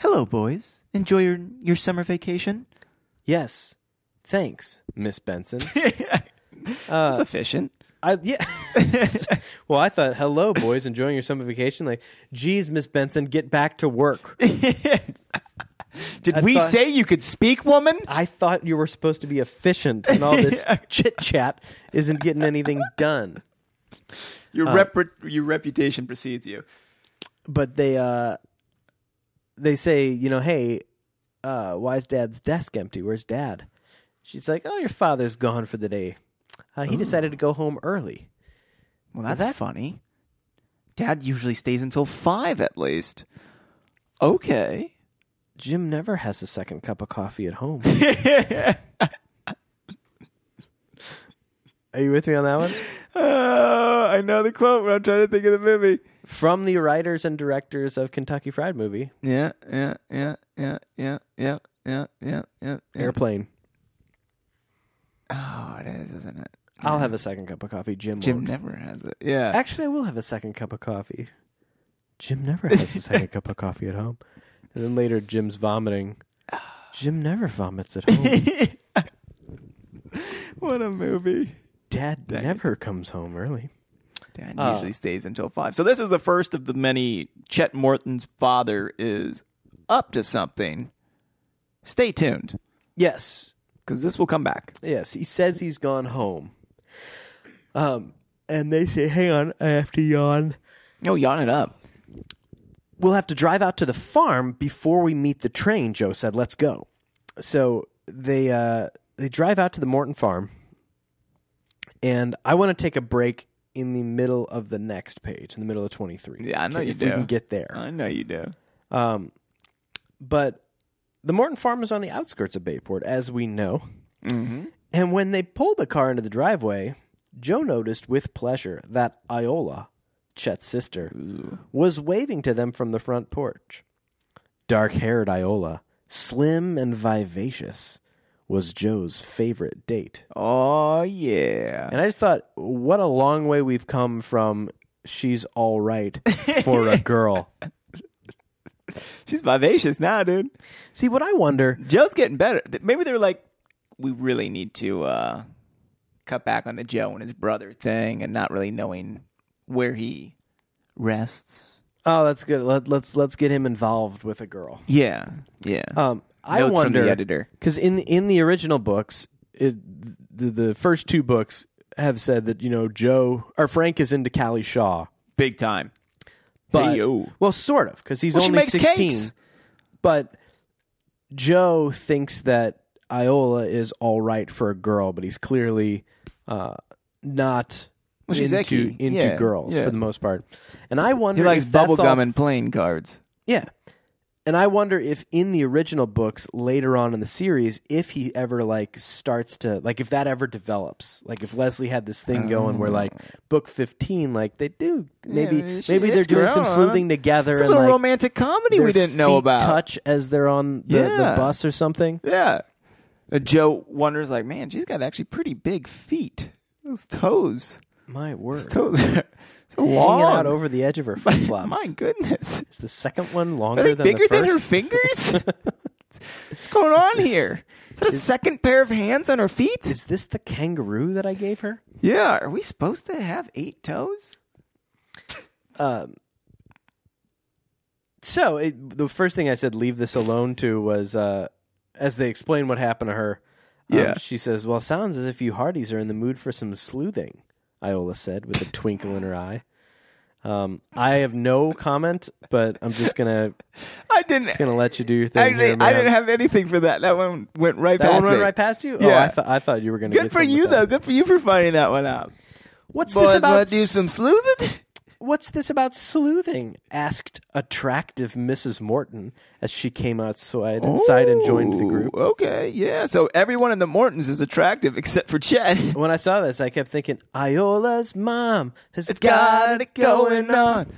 Hello, boys. Enjoy your, your summer vacation. Yes, thanks, Miss Benson. That's efficient. I, yeah. well, I thought, hello, boys, enjoying your summer vacation. Like, geez, Miss Benson, get back to work. Did we thought- say you could speak, woman? I thought you were supposed to be efficient, and all this chit chat isn't getting anything done. Your rep- your reputation precedes you. but they uh they say you know hey uh why is dad's desk empty where's dad she's like oh your father's gone for the day uh, he decided to go home early Well, that's funny. Dad usually stays until five at least. Okay. jim never has a second cup of coffee at home are you with me on that one Oh, I know the quote, but I'm trying to think of the movie. from the writers and directors of kentucky fried movie Yeah, yeah, yeah, yeah, yeah, yeah, yeah, yeah, yeah. yeah. airplane Oh, it is, isn't it? i'll have a second cup of coffee jim, Jim won't. never has it. Yeah. Actually, I will have a second cup of coffee. Jim never has a second cup of coffee at home. And then later, Jim's vomiting. Jim never vomits at home. what a movie. Dad never comes home early. Dad usually stays until five. So this is the first of the many Chet Morton's father is up to something. Stay tuned Yes. because this will come back. Yes. He says he's gone home. Um, and they say, hang on, I have to yawn. No, Oh, yawn it up. We'll have to drive out to the farm before we meet the train, Joe said. Let's go. So they uh, they drive out to the Morton farm. And I want to take a break in the middle of the next page, in the middle of 23. Yeah, I know Okay, you if we do. can get there. I know you do. But the Morton farm is on the outskirts of Bayport, as we know. And when they pulled the car into the driveway, Joe noticed with pleasure that Iola, Chet's sister, was waving to them from the front porch. Dark haired Iola, slim and vivacious, was Joe's favorite date. Oh yeah. And I just thought, what a long way we've come from she's all right for a girl. She's vivacious now, dude. See, what I wonder, Joe's getting better. Th- Maybe they're like, we really need to uh, cut back on the Joe and his brother thing, and not really knowing where he rests. oh, that's good. Let, let's let's get him involved with a girl. Yeah, yeah. Um, I Notes from the wonder editor. because in in the original books, it, the the first two books have said that you know Joe or Frank is into Callie Shaw, Big time. but Hey-o. well, sort of because he's Well, she only makes sixteen. cakes. But Joe thinks that Iola is all right for a girl, but he's clearly uh, not. Well, she's into, icky. into Yeah, girls yeah. for the most part, and I wonder He likes if that's bubblegum all gum and playing cards. Yeah. And I wonder if in the original books later on in the series, if he ever like starts to like if that ever develops, like if Leslie had this thing going where like book fifteen, like they do maybe Oh. Yeah, she- maybe they're it's doing some growing. sleuthing together It's a and little like romantic comedy their we didn't know feet about. touch as they're on the, Yeah. the bus or something. Yeah. And Joe wonders, like, man, she's got actually pretty big feet. Those toes. My word, Those toes are so long. hanging out over the edge of her flip flops. My goodness. Is the second one Are longer they than bigger the first? than her fingers? What's going on here? Is that a second pair of hands on her feet? Is this the kangaroo that I gave her? Yeah. Are we supposed to have eight toes? um, so it, the first thing I said, leave this alone to was uh, as they explain what happened to her. um, Yeah. she says, "Well, sounds as if you Hardys are in the mood for some sleuthing." Iola said with a twinkle in her eye. Um, I have no comment, but I'm just gonna I didn't. just gonna let you do your thing. I here, didn't, I man. didn't have anything for that. That one went right that past one went me. right past you. Oh, Yeah. I, th- I thought you were gonna. Good get for something you with that. though. Good for you for finding that one out. What's Boys, this about? wanna do some sleuthing? What's this about sleuthing? asked attractive Mrs. Morton as she came outside outside and joined the group. Ooh, Okay, yeah. So everyone in the Mortons is attractive except for Chet. When I saw this, I kept thinking, Iola's mom has It's got it going on.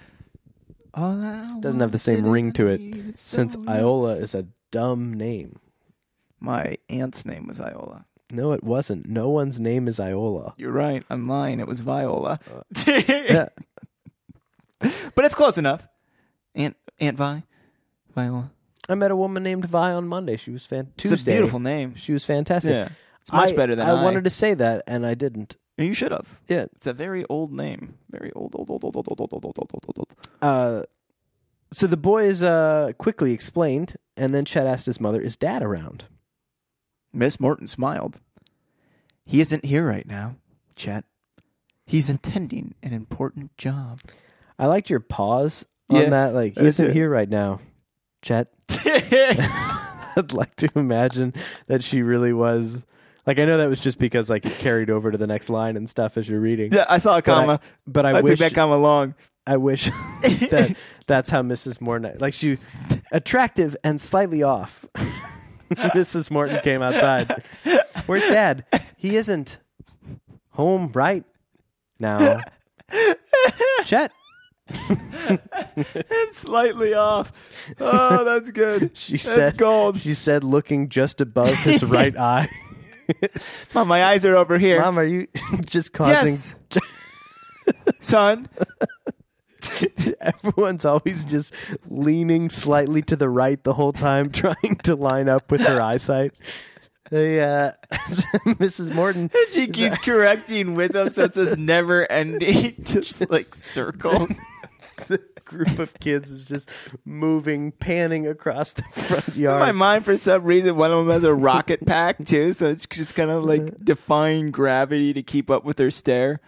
All I Doesn't have the same ring to it since Iola is a dumb name. My aunt's name was Iola. No, it wasn't. No one's name is Iola. You're right. I'm lying. It was Viola. Uh, Eh. Yeah. but it's close enough. Aunt Aunt Vi, Viola. I met a woman named Vi on Monday. She was fantastic. It's a beautiful name. She was fantastic. Yeah. It's much I- better than I wanted to say that, and I didn't. You should have. Yeah. It's a very old name. Very old, old, old, old, old, old, old, old, old, old, old, old, old. Uh, so the boys uh, quickly explained, and then Chet asked his mother, "Is Dad around?" Miss Morton smiled. He isn't here right now, Chet. He's intending an important job. I liked your pause on Yeah, that. Like he I isn't did. here right now, Chet. I'd like to imagine that she really was. Like I know that was just because like it carried over to the next line and stuff as you're reading. yeah, I saw a But I- comma. But I, I, wish think that comma long. I wish that that's how Mrs. Morton like she attractive and slightly off. Mrs. Morton came outside. Where's Dad? He isn't home right now. Chet. and slightly off. Oh, that's good. She that's said gold. she said looking just above his right eye. Mom, my eyes are over here. Mom, are you just causing yes. Son, everyone's always just leaning slightly to the right the whole time trying to line up with her eyesight. They, uh, Mrs. Morton she keeps correcting with him, so it's this never ending, just like circle. the group of kids is just moving, panning across the front my yard. mind, for some reason, one of them has a rocket pack too, so it's just kind of like defying gravity to keep up with her stare.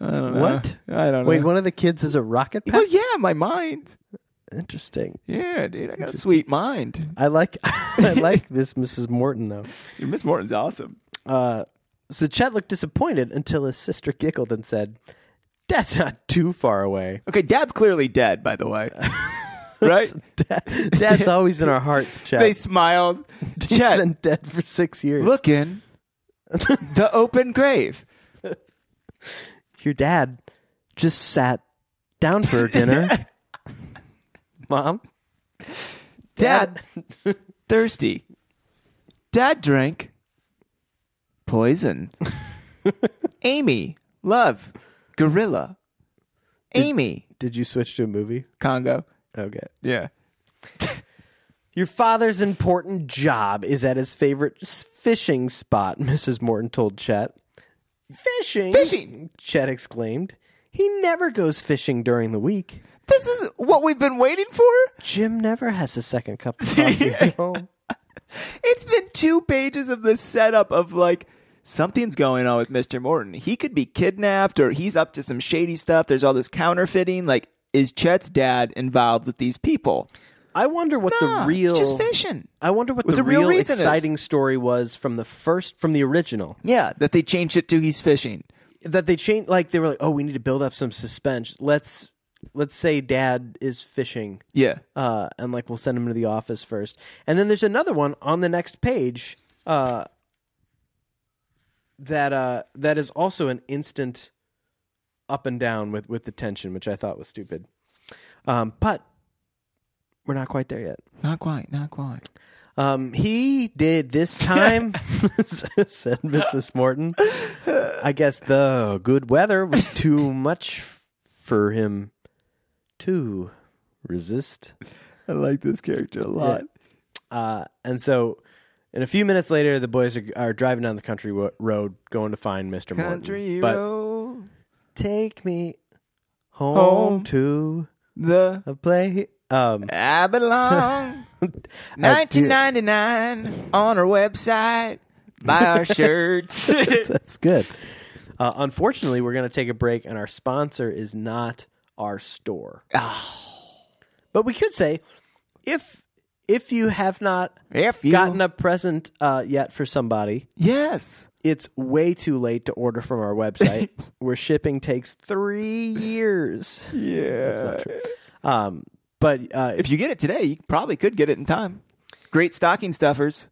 I don't know. What? I don't Wait, know. one of the kids is a rocket pack? Well, yeah, my mind. Interesting. Yeah, dude, I got a sweet mind. I like I like this Mrs. Morton though. Miss Morton's awesome. Uh, so Chet looked disappointed until his sister giggled and said, "That's not too far away." Okay, Dad's clearly dead, by the way. right? Dad, Dad's always in our hearts, Chet. They smiled. He's Chet, been dead for six years. look in the open grave. your dad just sat down for dinner. Mom, Dad, thirsty. Dad drank poison. Amy, love, gorilla. Amy, did you switch to a movie? Congo. Okay. Yeah. Your father's important job is at his favorite s- fishing spot, Mrs. Morton told Chet. Fishing? Fishing! Chet exclaimed. He never goes fishing during the week. This is what we've been waiting for? Jim never has a second cup of coffee at home. It's been two pages of this setup of like, something's going on with Mr. Morton. He could be kidnapped or he's up to some shady stuff. There's all this counterfeiting. Like, is Chet's dad involved with these people? I wonder what Nah, the real Just fishing. I wonder what, What the, the real real, reason is. exciting story was from the first from the original. Yeah, that they changed it to he's fishing. that they changed like they were like oh we need to build up some suspense let's let's say dad is fishing Yeah. uh and like we'll send him to the office first and then there's another one on the next page uh that uh that is also an instant up and down with with the tension which i thought was stupid um but we're not quite there yet Not quite, not quite. um, he did this time, said Mrs. Morton. I guess the good weather was too much f- for him to resist. I like this character a lot. Uh, and so, and a few minutes later, the boys are, are driving down the country wo- road going to find Mr. Country Morton. But road, take me home, Home. to the a play. Um, I belong. 1999 on our website. Buy our shirts. That's good. Uh, unfortunately, we're going to take a break, and our sponsor is not our store. Ah. But we could say, if if you have not if you gotten a present uh, yet for somebody, yes, it's way too late to order from our website, where shipping takes three years. yeah. Um, but uh, If you get it today, you probably could get it in time. Great stocking stuffers,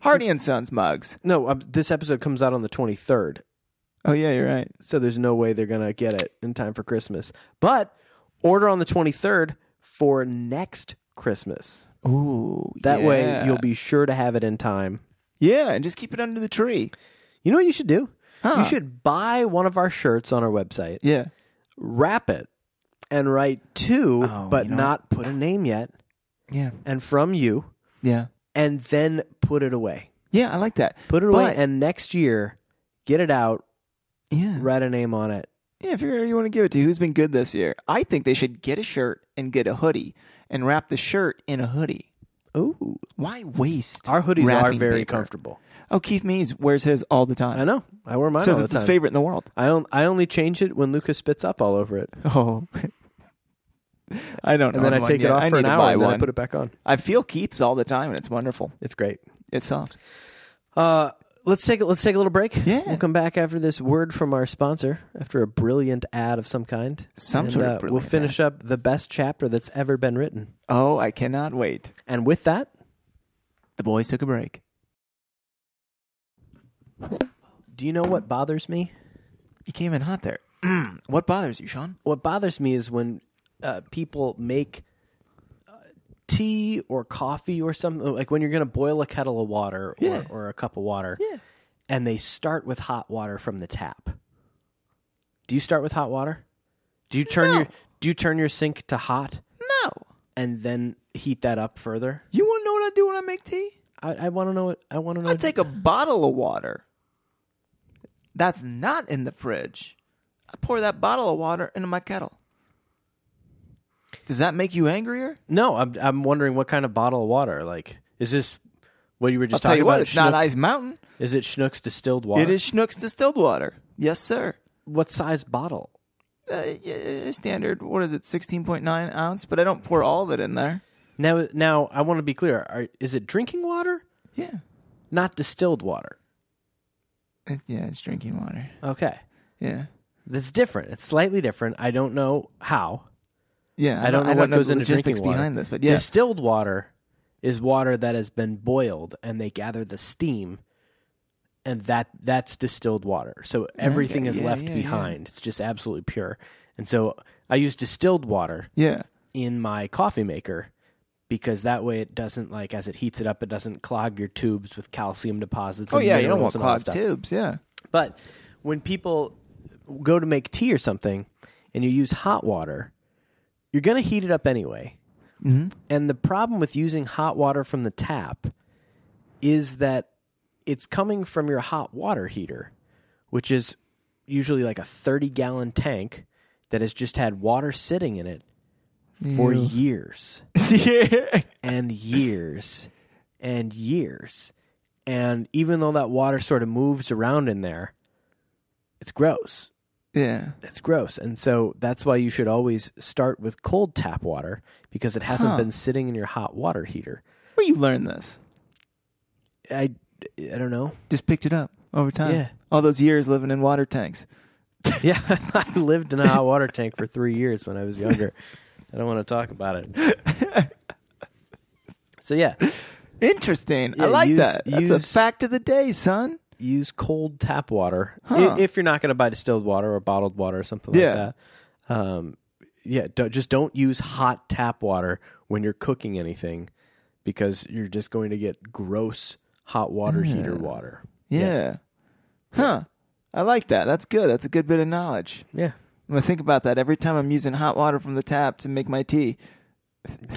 Hardy and Sons mugs. no, um, this episode comes out on the twenty third. Oh yeah, you're right. so there's no way they're gonna get it in time for Christmas. But order on the 23rd for next Christmas. Ooh, That way yeah. you'll be sure to have it in time. yeah, and just keep it under the tree. You know what you should do? Huh. You should buy one of our shirts on our website, Yeah, wrap it, and write to, Oh, but you know not put a name yet, yeah, and from you, yeah, and then put it away. yeah. I like that. Put it away, But- and next year, get it out, Yeah, write a name on it. Yeah, figure out who you want to give it to. Who's been good this year? I think they should get a shirt and get a hoodie and wrap the shirt in a hoodie. Ooh. Why waste? Our hoodies are wrapping very paper? comfortable. Oh, Keith Mees wears his all the time. I know. I wear mine Says all the it's time. his favorite in the world. I, on, I only change it when Lucas spits up all over it, Oh. I don't and own then I one take it yet. off I for need an to hour buy and then I one. put it back on. I feel Keats all the time, and it's wonderful. It's great. It's soft. Uh, let's take a, let's take a little break. Yeah. we'll come back after this word from our sponsor, after a brilliant ad of some kind. Some And, sort of uh, We'll brilliant finish up the best chapter that's ever been written, Oh, I cannot wait. and with that, The boys took a break. do you know what bothers me? You came in hot there. Mm. What bothers you, Sean? What bothers me is when uh, people make uh, tea or coffee or something like when you're going to boil a kettle of water or, Yeah. or a cup of water, Yeah. and they start with hot water from the tap. Do you start with hot water? Do you turn No. your do you turn your sink to hot? No. and then heat that up further. You want to know what I do when I make tea? I, I want to know what I want to know. I take a bottle of water. That's not in the fridge. I pour that bottle of water into my kettle. Does that make you angrier? no, I'm I'm wondering what kind of bottle of water. Like, is this what you were I'll just tell talking you what, about? it's not Schnucks- Ice Mountain. Is it Schnucks distilled water? It is Schnucks distilled water. Yes, sir. What size bottle? Uh, yeah, standard, what is it, 16.9 ounce? But I don't pour all of it in there. Now, now I want to be clear. Are, is it drinking water? Yeah. Not distilled water. It's, yeah, it's drinking water. Okay, Yeah. that's different. It's slightly different. I don't know how. Yeah. I don't know I what don't know goes the into logistics drinking water. behind this, but yeah. Distilled water is water that has been boiled and they gather the steam and that that's distilled water. So everything is yeah, left yeah, yeah. behind. It's just absolutely pure. And so I use distilled water yeah. in my coffee maker because that way it doesn't like as it heats it up it doesn't clog your tubes with calcium deposits Oh, and yeah, you don't minerals want and all that clogged stuff. tubes. Yeah. But when people go to make tea or something and you use hot water, you're going to heat it up anyway. Mm-hmm. And the problem with using hot water from the tap is that it's coming from your hot water heater, which is usually like a 30 gallon tank that has just had water sitting in it for Ew. years yeah. and years and years. And even though that water sort of moves around in there, it's gross. Yeah. It's gross. And so that's why you should always start with cold tap water because it hasn't Huh. been sitting in your hot water heater. Where you learn this? I, I don't know. Just picked it up over time. Yeah. All those years living in water tanks. Yeah, I lived in a hot water tank for three years when I was younger. I don't want to talk about it. So yeah, Interesting. Yeah, I like use- that. That's a use- fact of the day, son. use cold tap water I- Huh. if you're not going to buy distilled water or bottled water or something Yeah. like that. Um, yeah, don't, just don't use hot tap water when you're cooking anything because you're just going to get gross hot water heater water. Yeah. Huh. I like that. That's good. That's a good bit of knowledge. Yeah. I'm gonna think about that every time I'm using hot water from the tap to make my tea.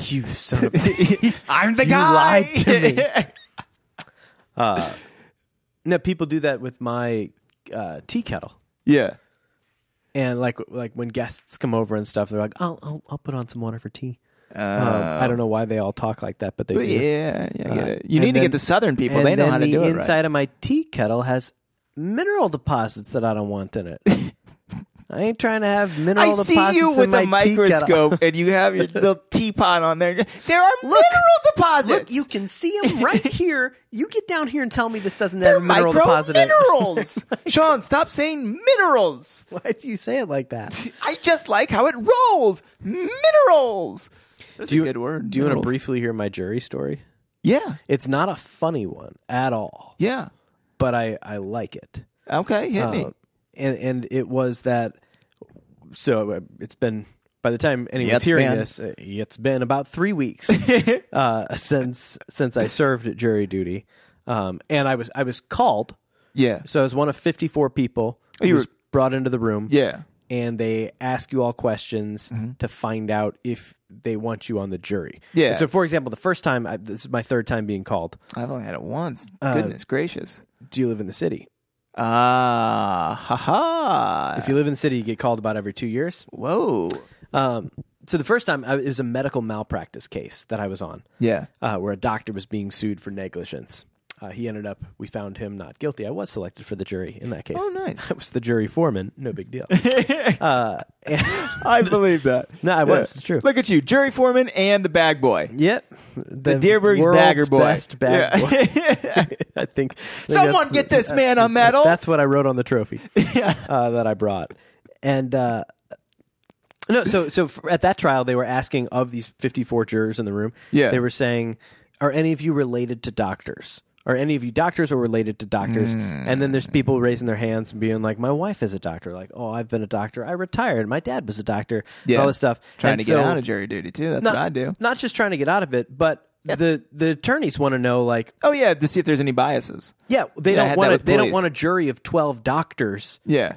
You son of a I'm the You guy. lied to me. No, people do that with my uh, tea kettle. yeah. And like like when guests come over and stuff, they're like, "I'll I'll, I'll put on some water for tea." Uh, Um, I don't know why they all talk like that, but they but do. yeah, yeah, I get Uh, it. You and need to then- get the southern people. and They know then how to the do it. inside of my tea kettle has mineral deposits that I don't want in it. I ain't trying to have right. mineral I deposits. see you in with my a tea kettle. microscope, and you have your little teapot on there. There are mineral deposits. Look, you can see them right here. You get down here and tell me this doesn't They're have mineral micro deposit. in it. minerals. Sean, stop saying minerals. Why do you say it like that? I just like how it rolls. Minerals. That's Do you- a good word. Do you want to minerals. briefly hear my jury story? Yeah. It's not a funny one at all, Yeah. but I I like it. Okay. Hit me. Um, and and it was that. So uh, it's been by the time anyone's It's hearing been. this, uh, it's been about three weeks uh, since since I served at jury duty, um, and I was I was called. Yeah. So I was one of fifty four people Oh, you who was were- brought into the room, Yeah. Mm-hmm. and they ask you all questions to find out if they want you on the jury. Yeah. So for example, the first time I, this is my third time being called. I've only had it once. Uh, Goodness gracious. Do you live in the city? Ah, ha ha. If you live in the city, you get called about every two years. Whoa. Um, so the first time I, it was a medical malpractice case that I was on, Yeah. uh, where a doctor was being sued for negligence. Uh, he ended up, we found him not guilty. I was selected for the jury in that case. Oh, nice. I was the jury foreman. No big deal. uh, and- I believe that. no, I was. It's true. Look at you, jury foreman and the bag boy. Yep. The, Deerberg's world's bagger boy. Best bagger boy. Yeah. I think. Someone that's- get this that's- man a medal. That's what I wrote on the trophy uh, that I brought. And uh, no, so so f- at that trial, they were asking of these 54 jurors in the room. Yeah. they were saying, "Are any of you related to doctors? Are any of you doctors or related to doctors?" Hmm. And then there's people raising their hands and being like, "My wife is a doctor. Like, oh, I've been a doctor. I retired. My dad was a doctor. and Yeah. all this stuff. Trying And to get so- out of jury duty too. That's not, what I do. Not just trying to get out of it, but the the attorneys want to know like Oh yeah, to see if there's any biases. yeah they Yeah, I had don't that want with to they don't police. want a jury of 12 doctors Yeah.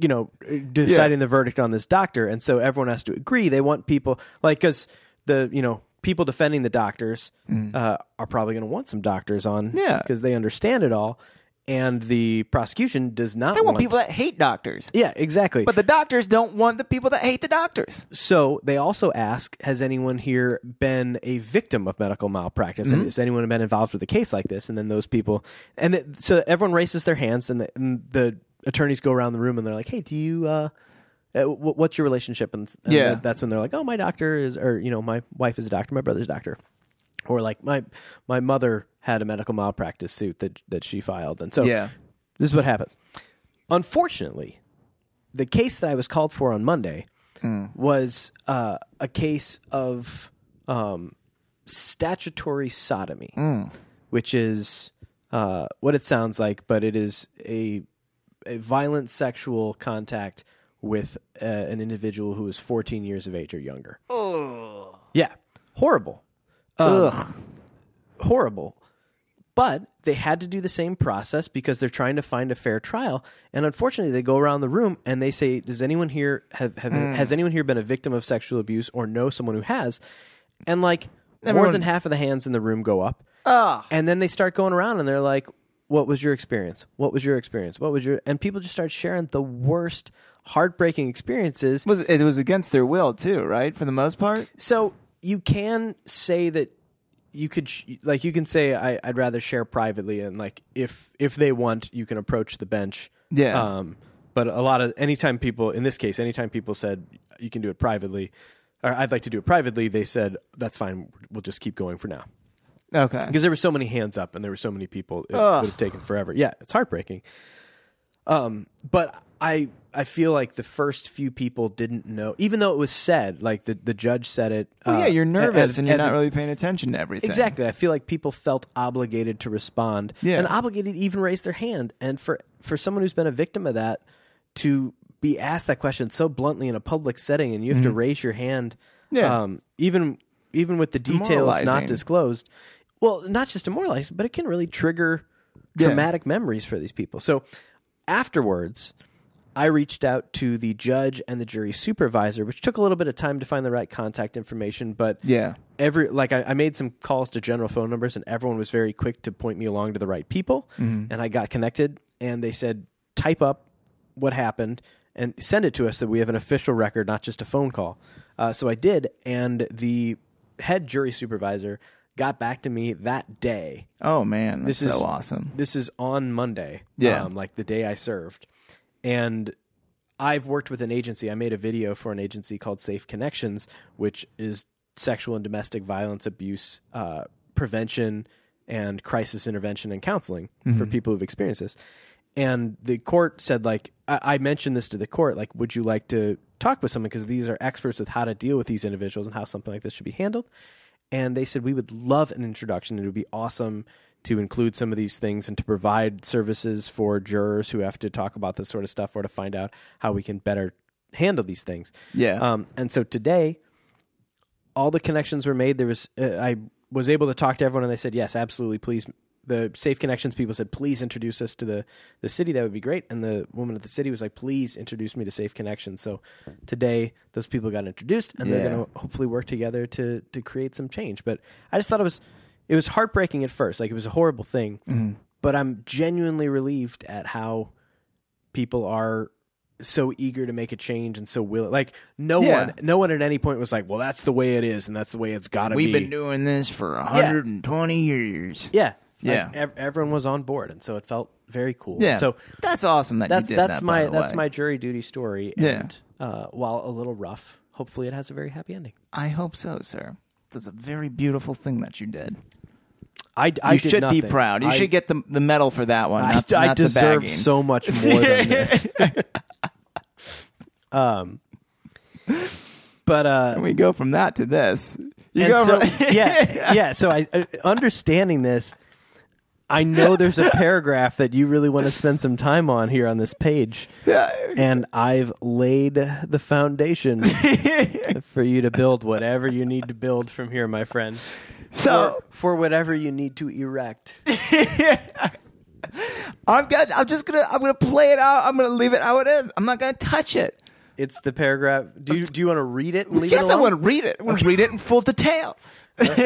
you know deciding the verdict on this doctor and so everyone has to agree they want people like cuz the you know people defending the doctors uh, are probably going to want some doctors on Mm. Yeah. cuz they understand it all and the prosecution does not They want people that hate doctors. yeah exactly But the doctors don't want the people that hate the doctors. So they also ask, has anyone here been a victim of medical malpractice? Mm-hmm. And Has anyone been involved with a case like this? And then those people, and it, so everyone raises their hands, and the, and the attorneys go around the room, and they're like, "Hey, do you? Uh, uh, wh- what's your relationship?" And, s- and Yeah. that- that's when they're like, "Oh, my doctor is, or you know, my wife is a doctor, my brother's a doctor." Or like my my mother had a medical malpractice suit that that she filed, and so Yeah. this is what happens. Unfortunately, the case that I was called for on Monday was uh, a case of um, statutory sodomy, which is uh, what it sounds like, but it is a a violent sexual contact with uh, an individual who is 14 years of age or younger. Yeah, horrible, Um, Ugh. horrible. But they had to do the same process because they're trying to find a fair trial. And unfortunately, they go around the room and they say, "Does anyone here have, have Hmm. has anyone here been a victim of sexual abuse or know someone who has?" And like more Everyone- than half of the hands in the room go up. Ah. And then they start going around and they're like, "What was your experience? What was your experience? What was your?" And people just start sharing the worst, heartbreaking experiences. Was it was against their will too, right? For the most part. So you can say that you could sh- like you can say I, I'd rather share privately and like if if they want you can approach the bench. Yeah. Um, but a lot of anytime people in this case anytime people said you can do it privately or I'd like to do it privately they said that's fine we'll just keep going for now Okay. because there were so many hands up and there were so many people it Ugh. would have taken forever yeah it's heartbreaking um but i i feel like the first few people didn't know even though it was said like the, the judge said it Well, oh, yeah, uh, you're at- nervous at- and you're at not the- really paying attention to everything. exactly i feel like people felt obligated to respond Yeah. and obligated to even raise their hand and for for someone who's been a victim of that to be asked that question so bluntly in a public setting and you have to raise your hand Mm-hmm. Yeah. um even even with the details not demoralizing. disclosed well not just demoralizing but it can really trigger Yeah. traumatic memories for these people so afterwards I reached out to the judge and the jury supervisor, which took a little bit of time to find the right contact information, but Yeah. every like I, I made some calls to general phone numbers and everyone was very quick to point me along to the right people and i got connected and they said type up what happened and send it to us so we have an official record not just a phone call uh, so i did and the head jury supervisor got back to me that day Oh man, that's This is- so awesome. this is on Monday. um, Yeah. like the day I served. And I've worked with an agency. I made a video for an agency called Safe Connections, which is sexual and domestic violence abuse uh, prevention and crisis intervention and counseling for people who've experienced this. And the court said, like, I, I mentioned this to the court, like, would you like to talk with someone? Because these are experts with how to deal with these individuals and how something like this should be handled and they said we would love an introduction it would be awesome to include some of these things and to provide services for jurors who have to talk about this sort of stuff or to find out how we can better handle these things Yeah. um, and so today all the connections were made there was uh, i was able to talk to everyone and they said yes absolutely please the safe connections people said please introduce us to the the city that would be great and the woman at the city was like please introduce me to safe connections so today those people got introduced and they're Yeah. going to hopefully work together to to create some change. But I just thought it was it was heartbreaking at first, like it was a horrible thing. Mm-hmm. But I'm genuinely relieved at how people are so eager to make a change and so willing. Like no Yeah. one, no one at any point was like, "Well, that's the way it is, and that's the way it's got to be." doing this for 120 years. yeah. Yeah. Like, ev- everyone was on board, and so it felt very cool. Yeah. So that's awesome that that's you did that's that, by my the that's way. my jury duty story. Yeah. And uh, while a little rough, hopefully it has a very happy ending. I hope so, sir. That's a very beautiful thing that you did. I, I you did should nothing. be proud. You I- should get the the medal for that one. I, not, I not the deserve bagging. so much more than this. Um, but uh, we go from that to this. You And go so- from- yeah, yeah. So I uh, understanding this, I know there's a paragraph that you really want to spend some time on here on this page, and I've laid the foundation for you to build whatever you need to build from here, my friend, so Oh. for, for whatever you need to erect. I'm gonna, I'm just gonna I'm gonna play it out. I'm gonna leave it how it is. I'm not gonna touch it. It's the paragraph. Do you do you want to read it? And leave yes, it I want alone? to read it. I want to read it in full detail.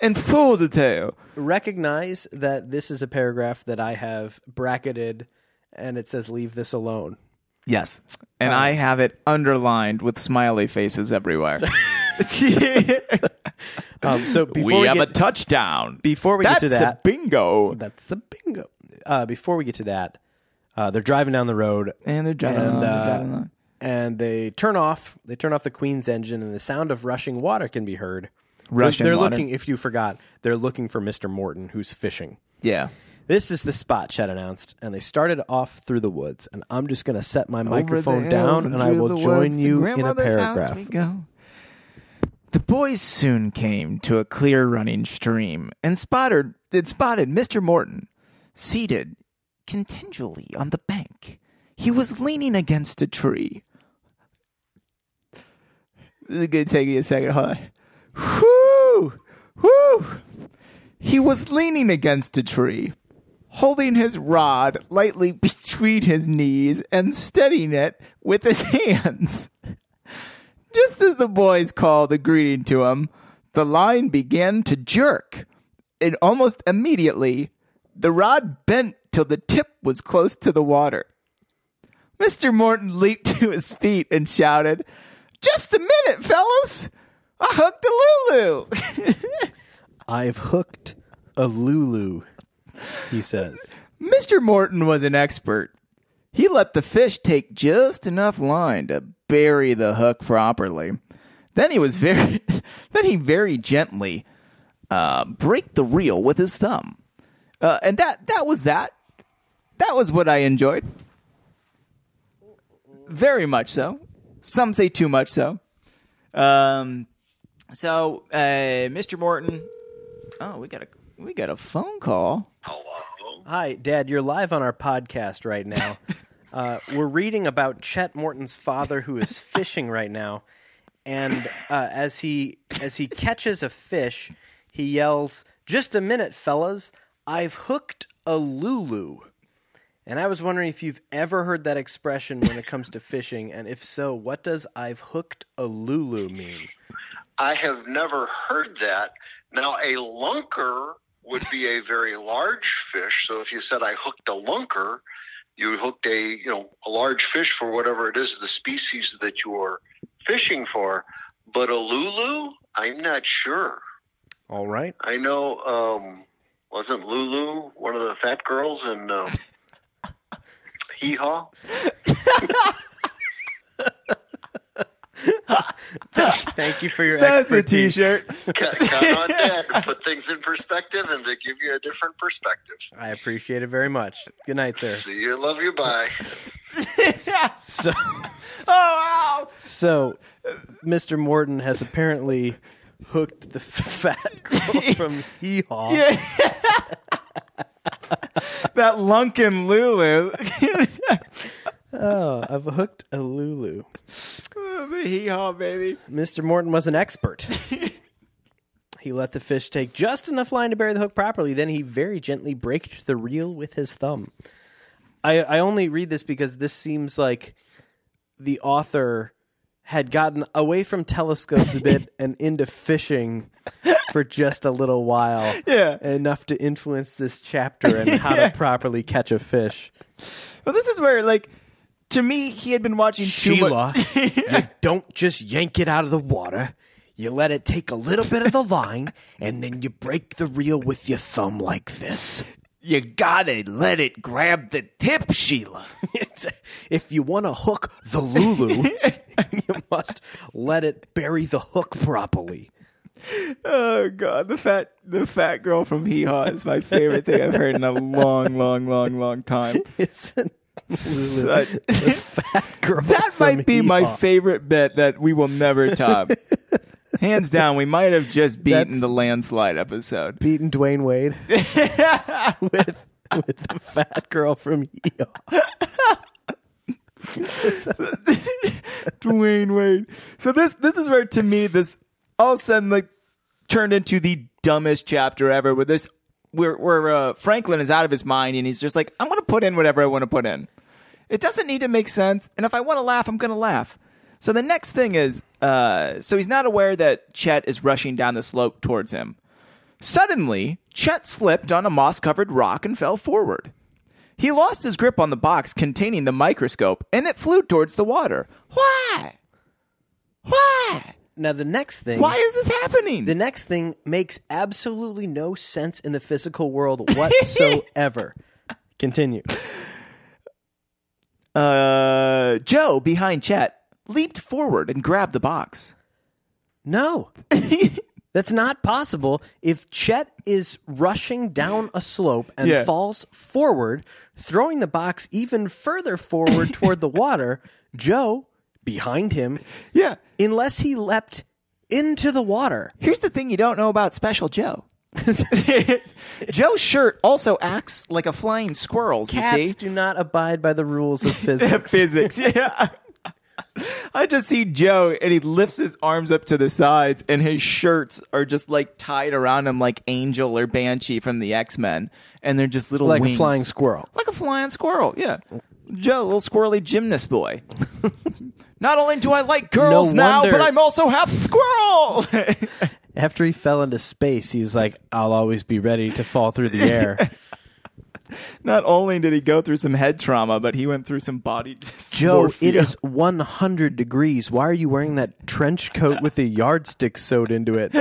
in full detail. Recognize that this is a paragraph that I have bracketed, and it says "Leave this alone." Yes, and Uh, I have it underlined with smiley faces everywhere. Um, so before we we have get- a touchdown. before we That's get to that, a bingo. That's the bingo. Uh, before we get to that, uh, they're driving down the road And they're driving and, uh, on. They're driving on. and they turn off. They turn off the Queen's engine, and the sound of rushing water can be heard. Rushing they're water. looking. If you forgot, they're looking for Mister Morton, who's fishing. Yeah. This is the spot, Chet announced, and they started off through the woods. And I'm just going to set my microphone down, and, I will join you in a paragraph. The boys soon came to a clear running stream and spotted and spotted Mr. Morton seated continually on the bank. He was leaning against a tree. This is gonna take me a second. Hold on. Whoo! Whoo! He was leaning against a tree holding his rod lightly between his knees and steadying it with his hands. Just as the boys called a greeting to him, the line began to jerk, and almost immediately, the rod bent till the tip was close to the water. Mr. Morton leaped to his feet and shouted, Just a minute, fellas! I hooked a Lulu! I've hooked a Lulu, he says. Mr. Morton was an expert. He let the fish take just enough line to bury the hook properly. Then he was very then he very gently uh, break the reel with his thumb. Uh, and that that was that. That was what I enjoyed. Very much so. Some say too much so. Um, so uh, Mr. Morton, oh, we got a we got a phone call. Hi, Dad. You're live on our podcast right now. uh, we're reading about Chet Morton's father who is fishing right now, and uh, as he as he catches a fish, he yells, "Just a minute, fellas! I've hooked a lulu." And I was wondering if you've ever heard that expression when it comes to fishing, and if so, what does "I've hooked a lulu" mean? I have never heard that. Now, a lunker would be a very large fish. So if you said I hooked a lunker, you hooked a you know a large fish for whatever it is the species that you are fishing for. But a lulu, I'm not sure. All right. I know um, wasn't Lulu one of the fat girls in um, Hee Haw? Thank you for your That's a expertise. t-shirt. Count on that to put things in perspective and to give you a different perspective. I appreciate it very much. Good night, sir. See you. Love you. Bye. yes. So. Oh, wow. So, Mr. Morton has apparently hooked the fat girl from Hee Haw. Yeah. that Lunkin Lulu. Oh, I've hooked a Lulu. Oh, the hee haw, baby. Mr. Morton was an expert. he let the fish take just enough line to bury the hook properly. Then he very gently braked the reel with his thumb. I, I only read this because this seems like the author had gotten away from telescopes a bit and into fishing for just a little while. Yeah. Enough to influence this chapter and how to properly catch a fish. Well, this is where, like, to me, he had been watching too much. you don't just yank it out of the water. You let it take a little bit of the line, and then you break the reel with your thumb like this. You gotta let it grab the tip, Sheila. It's- if you want to hook the Lulu, you must let it bury the hook properly. Oh god, the fat the fat girl from Hee Haw is my favorite thing I've heard in a long, long, long, long time. Isn't Lulu Such- the fat girl? That from might be my Hee-Haw? favorite bet that we will never top. Hands down, we might have just beaten the landslide episode. beaten Dwayne Wade with with the fat girl from ER. Dwayne Wade. So this this is where to me this all of a sudden like turned into the dumbest chapter ever. Where this where where uh, Franklin is out of his mind and he's just like I'm gonna put in whatever I want to put in. It doesn't need to make sense, and if I want to laugh, I'm gonna laugh. So the next thing is, uh, so he's not aware that Chet is rushing down the slope towards him. Suddenly, Chet slipped on a moss covered rock and fell forward. He lost his grip on the box containing the microscope and it flew towards the water. Why? Why? Now the next thing Why is this happening? the next thing makes absolutely no sense in the physical world whatsoever. Continue. uh, Joe, behind Chet, leaped forward and grabbed the box. No. That's not possible. If Chet is rushing down a slope and Yeah. falls forward, throwing the box even further forward toward the water, Joe, behind him, Yeah. unless he leapt into the water. Here's the thing you don't know about Special Joe. Joe's shirt also acts like a flying squirrel's, you see? Cats do not abide by the rules of physics. physics. Yeah. I just see Joe and he lifts his arms up to the sides and his shirts are just like tied around him like Angel or Banshee from the X-Men and they're just little like wings. a flying squirrel. Like a flying squirrel. Yeah. Joe, little squirrely gymnast boy. Not only do I like girls now, wonder- but I'm also half squirrel. After he fell into space, he's like, I'll always be ready to fall through the air. Not only did he go through some head trauma, but he went through some body dysmorphia. Joe, it is 100 degrees. Why are you wearing that trench coat with the yardstick sewed into it?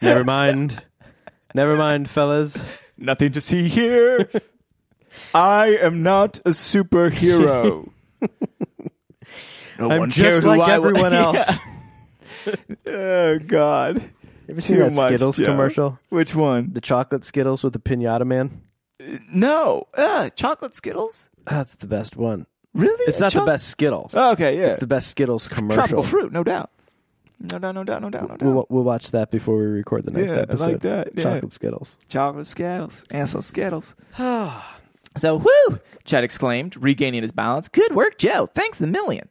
Never mind. Never mind, fellas. Nothing to see here. I am not a superhero. no I'm just like everyone else. Oh God! Ever seen Too that much, Skittles Joe. commercial? Which one? The chocolate Skittles with the pinata man? No, uh, chocolate Skittles. That's the best one. Really? It's not the Choc- best Skittles. Oh, okay, yeah. It's the best Skittles commercial. tropical fruit, no doubt. No doubt, no doubt, no doubt, no doubt. We'll, we'll watch that before we record the next Yeah, I like episode. that, yeah. Chocolate Skittles. chocolate Skittles, asshole Skittles. so, whoo! Chad exclaimed, regaining his balance. Good work, Joe. Thanks a million.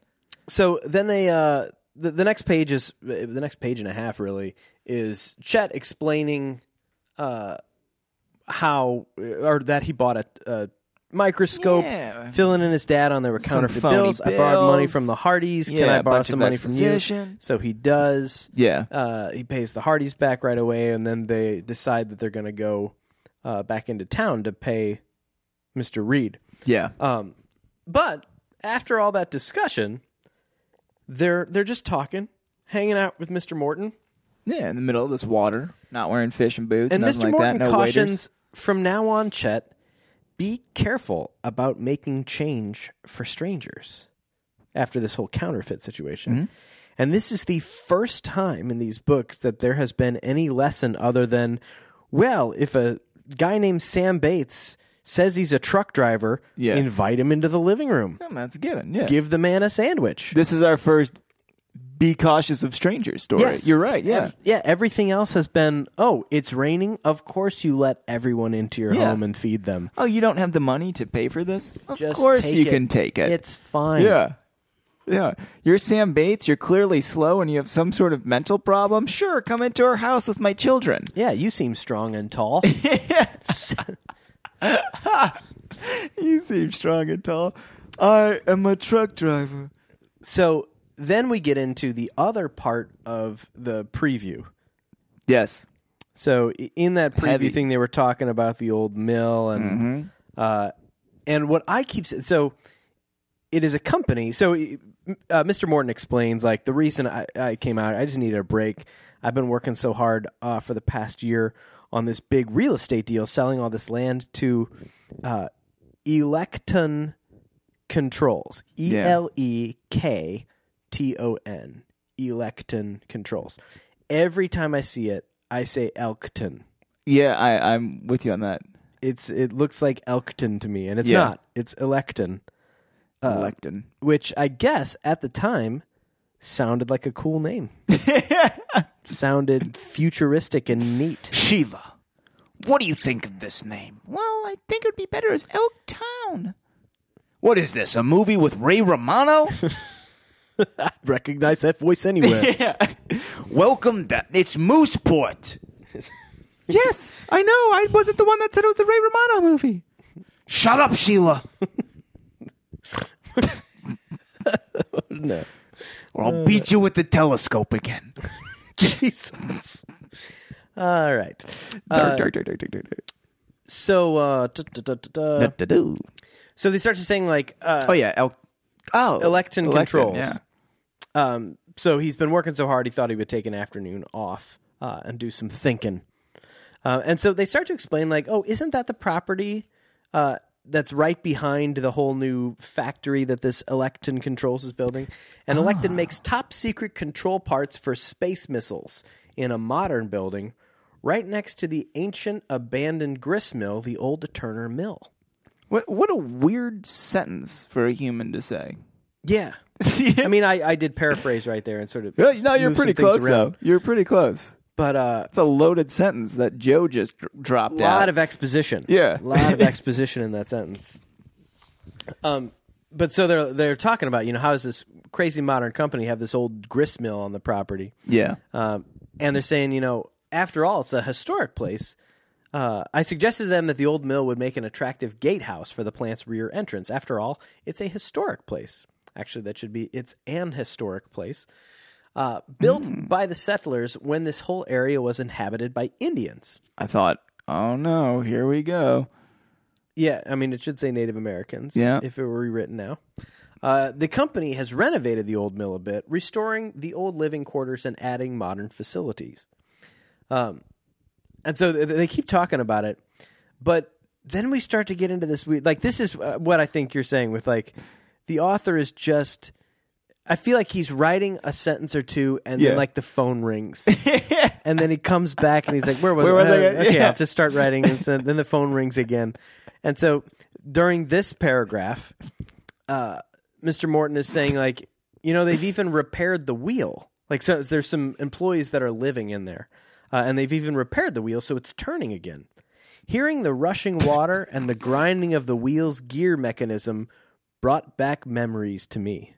so then they uh the, the next page is the next page and a half really is chet explaining uh how or that he bought a, a microscope Yeah. filling in his dad on there were Some counterfeit phony bills. i borrowed money bills. from the hardys can Yeah, i a borrow bunch some of money from you exposition. so he does Yeah. uh, he pays the Hardys back right away, and then they decide that they're going to go uh, back into town to pay Mister Reed. Yeah. Um, but after all that discussion, they're they're just talking, hanging out with Mr. Morton, Yeah, in the middle of this water, not wearing fishing boots, and nothing Mr. like Morton that. No cautions waiters. from now on, Chet, be careful about making change for strangers. After this whole counterfeit situation. Mm-hmm. And this is the first time in these books that there has been any lesson other than, well, if a guy named Sam Bates says he's a truck driver, Yeah. invite him into the living room. Yeah, that's a given. Yeah, Give the man a sandwich. this is our first "Be cautious of strangers" story. Yes. You're right. Yeah, Yeah, everything else has been, oh, it's raining. Of course you let everyone into your Yeah. home and feed them. Oh, you don't have the money to pay for this? Of Just course take you it. can take it. It's fine. yeah. Yeah. You're Sam Bates, you're clearly slow and you have some sort of mental problem. Sure, come into our house with my children. Yeah, you seem strong and tall. You seem strong and tall. I am a truck driver. so then we get into the other part of the preview. Yes. So i- in that preview Heavy. Mm-hmm. thing, they were talking about the old mill and uh, and what I keep s- so it is a company. So uh, Mr. Morton explains like the reason I, I came out, I just needed a break. I've been working so hard uh, for the past year on this big real estate deal, selling all this land to uh, Electon Controls. E L E K T O N. Electon Controls. Every time I see it, I say Elkton. Yeah, I, I'm with you on that. It's it looks like Elkton to me, and it's Yeah. not. It's Electon, Lectin. which I guess at the time sounded like a cool name. sounded futuristic and neat. Sheila, what do you think of this name? Well, I think it would be better as Elk Town. What is this, a movie with Ray Romano? Recognize that voice anywhere. Welcome to, it's Mooseport. yes, I know. I wasn't the one that said it was the Ray Romano movie. Shut up, Sheila. no. Or I'll beat you with the telescope again. Jesus. All right. Dark, dark, dark, dark, dark, dark, So uh duh, duh, duh, duh, duh. dark. Da-da-doo. so they start to sing like uh Oh yeah, elk. Oh, Electin controls. Yeah. Um, so he's been working so hard, he thought he would take an afternoon off uh, and do some thinking. Uh, and so they start to explain, like, oh, isn't that the property uh, that's right behind the whole new factory that this Electon Controls is building? And Ah. Electon makes top secret control parts for space missiles in a modern building right next to the ancient abandoned grist mill, the old Turner Mill. What what a weird sentence for a human to say. Yeah. I mean, I, I did paraphrase right there and sort of. Yeah, no, you're move pretty some things close around. though. You're pretty close. But uh, It's a loaded sentence that Joe just dr- dropped A lot out. of exposition. Yeah. a lot of exposition in that sentence. Um, but so they're they're talking about you know how does this crazy modern company have this old grist mill on the property? yeah. Um, and they're saying you know after all it's a historic place. Uh, I suggested to them that the old mill would make an attractive gatehouse for the plant's rear entrance. After all, it's a historic place. Actually, that should be it's an historic place. Uh, built by the settlers when this whole area was inhabited by Indians. I thought, oh no, here we go. Yeah, I mean, it should say Native Americans. Yeah. If it were rewritten now. Uh, the company has renovated the old mill a bit, restoring the old living quarters and adding modern facilities. Um, and so th- they keep talking about it, but then we start to get into this weird. Like, this is uh, what I think you're saying with like the author is just. I feel like he's writing a sentence or two, and Yeah. then like the phone rings, and then he comes back and he's like, "Where was Where it? was I? Uh, Okay, Yeah. I'll just start writing." And so then the phone rings again, and so during this paragraph, uh, Mr. Morton is saying like, you know, they've even repaired the wheel. Like, so there's some employees that are living in there, uh, and they've even repaired the wheel, so it's turning again. Hearing the rushing water and the grinding of the wheel's gear mechanism brought back memories to me,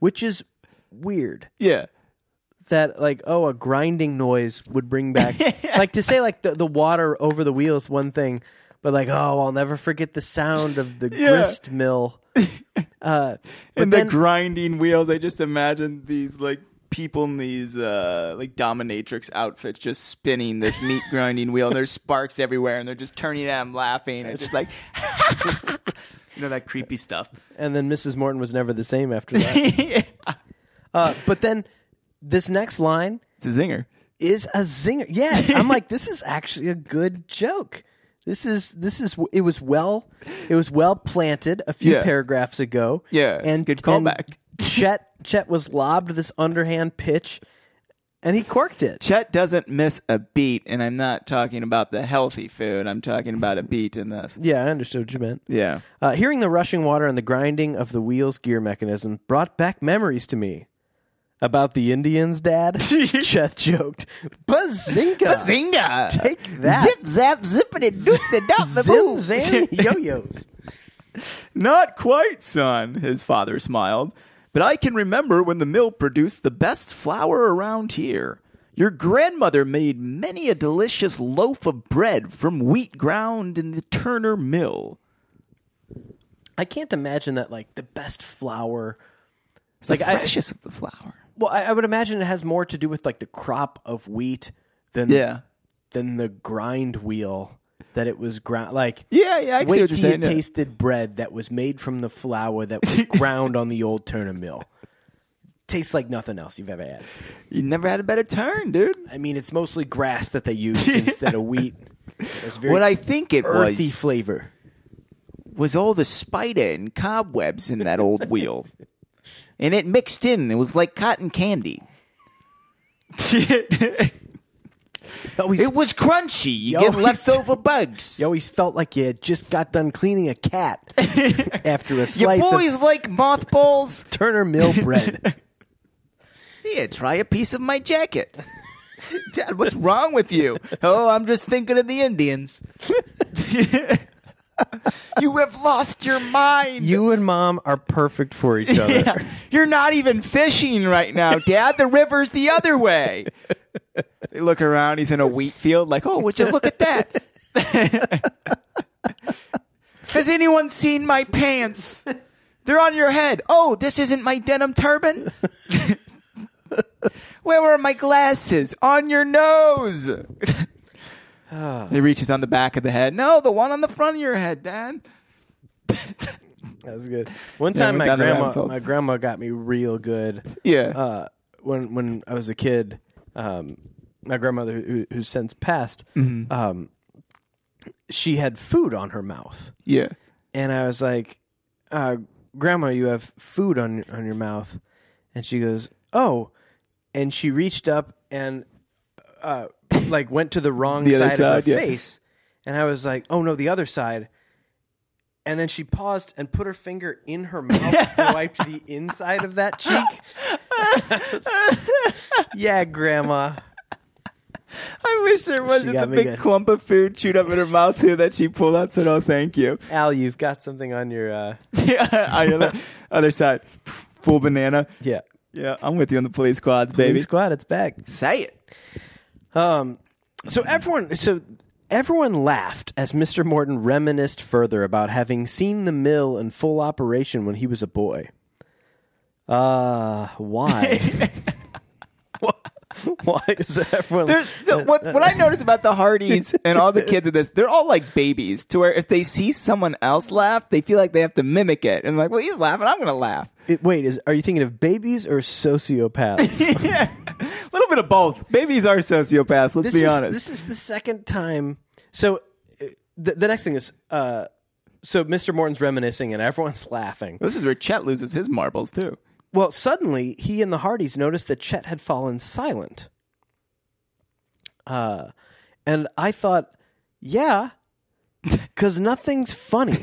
which is weird Yeah. that like oh a grinding noise would bring back like to say like the, the water over the wheel is one thing but like oh i'll never forget the sound of the Yeah. grist mill uh but and then the grinding wheels. I just imagine these like people in these uh like dominatrix outfits just spinning this meat grinding wheel. And there's sparks everywhere, and they're just turning at him, laughing, and just like you know that creepy stuff. and then mrs morton was never the same after that uh, but then this next line It's a zinger. is a zinger yeah i'm like this is actually a good joke this is this is it was well it was well planted a few Yeah. paragraphs ago Yeah, it's a good callback. Chet Chet was lobbed this underhand pitch, and he corked it. Chet doesn't miss a beat, and I'm not talking about the healthy food. I'm talking about a beat in this. Yeah, I understood what you meant. Yeah. Uh, hearing the rushing water and the grinding of the wheel's gear mechanism brought back memories to me. About the Indians, Dad? Chet joked. Bazinga! Zinger. Take that. Zip, zap, zippity, Zim, doop, zam, yo-yos. Not quite, son, his father smiled. But I can remember when the mill produced the best flour around here. Your grandmother made many a delicious loaf of bread from wheat ground in the Turner Mill. I can't imagine that, like, the best flour. It's like the I- freshest of the flour. Well, I, I would imagine it has more to do with, like, the crop of wheat than, Yeah. than the grind wheel that it was ground. Like, Yeah, yeah, I can Wait see what you're till saying. you yeah. tasted bread that was made from the flour that was ground on the old Turner mill. tastes like nothing else you've ever had. You never had a better turn, dude. I mean, it's mostly grass that they used instead of wheat. It's very What I think it earthy was flavor. was all the spider and cobwebs in that old wheel, and it mixed in. It was like cotton candy. it You always, was crunchy. You Yo, get he's- leftover bugs. you always felt like you had just got done cleaning a cat after a Your slice boys of like mothballs. Turner Mill bread. Here, try a piece of my jacket. Dad, what's wrong with you? Oh, I'm just thinking of the Indians. you have lost your mind. you and mom are perfect for each other. Yeah. You're not even fishing right now, Dad. The river's the other way. they look around. He's in a wheat field. Like, oh, would you look at that? Has anyone seen my pants? They're on your head. Oh, this isn't my denim turban. Where were my glasses? On your nose. he reaches on the back of the head. No, the one on the front of your head, Dad. That's good. One Yeah, time, we've my done the rabbit's grandma, hole. my grandma got me real good. Yeah. Uh, when when I was a kid, um, my grandmother, who, who's since passed, Mm-hmm. um, she had food on her mouth, yeah. and I was like, uh, "Grandma, you have food on on your mouth," and she goes, "Oh," and she reached up and uh, like went to the wrong The other side, of side, her yeah. face, and I was like, "Oh no, the other side." And then she paused and put her finger in her mouth and wiped the inside of that cheek. yeah, Grandma. I wish there was just got a me big good. clump of food chewed up in her mouth too that she pulled out. Said, "Oh, thank you." Al, you've got something on your uh, yeah, on the other, other side, full banana. yeah Yeah, I'm with you on the police quads, baby. baby squad. It's back. Say it. Um, so everyone, so everyone laughed as Mr. Morton reminisced further about having seen the mill in full operation when he was a boy. Uh, why? why is everyone? There's, so Uh, what what I notice about the Hardys and all the kids in this, they're all like babies. To where if they see someone else laugh, they feel like they have to mimic it. And like, well, he's laughing, I'm gonna laugh. It- wait, is are you thinking of babies or sociopaths? yeah, a little bit of both. Babies are sociopaths. Let's this be is, honest. This is the second time. So uh, the, the next thing is, uh, so Mr. Morton's reminiscing and everyone's laughing. this is where Chet loses his marbles too. Well, suddenly he and the Hardys noticed that Chet had fallen silent. Uh, and I thought, yeah, because nothing's funny.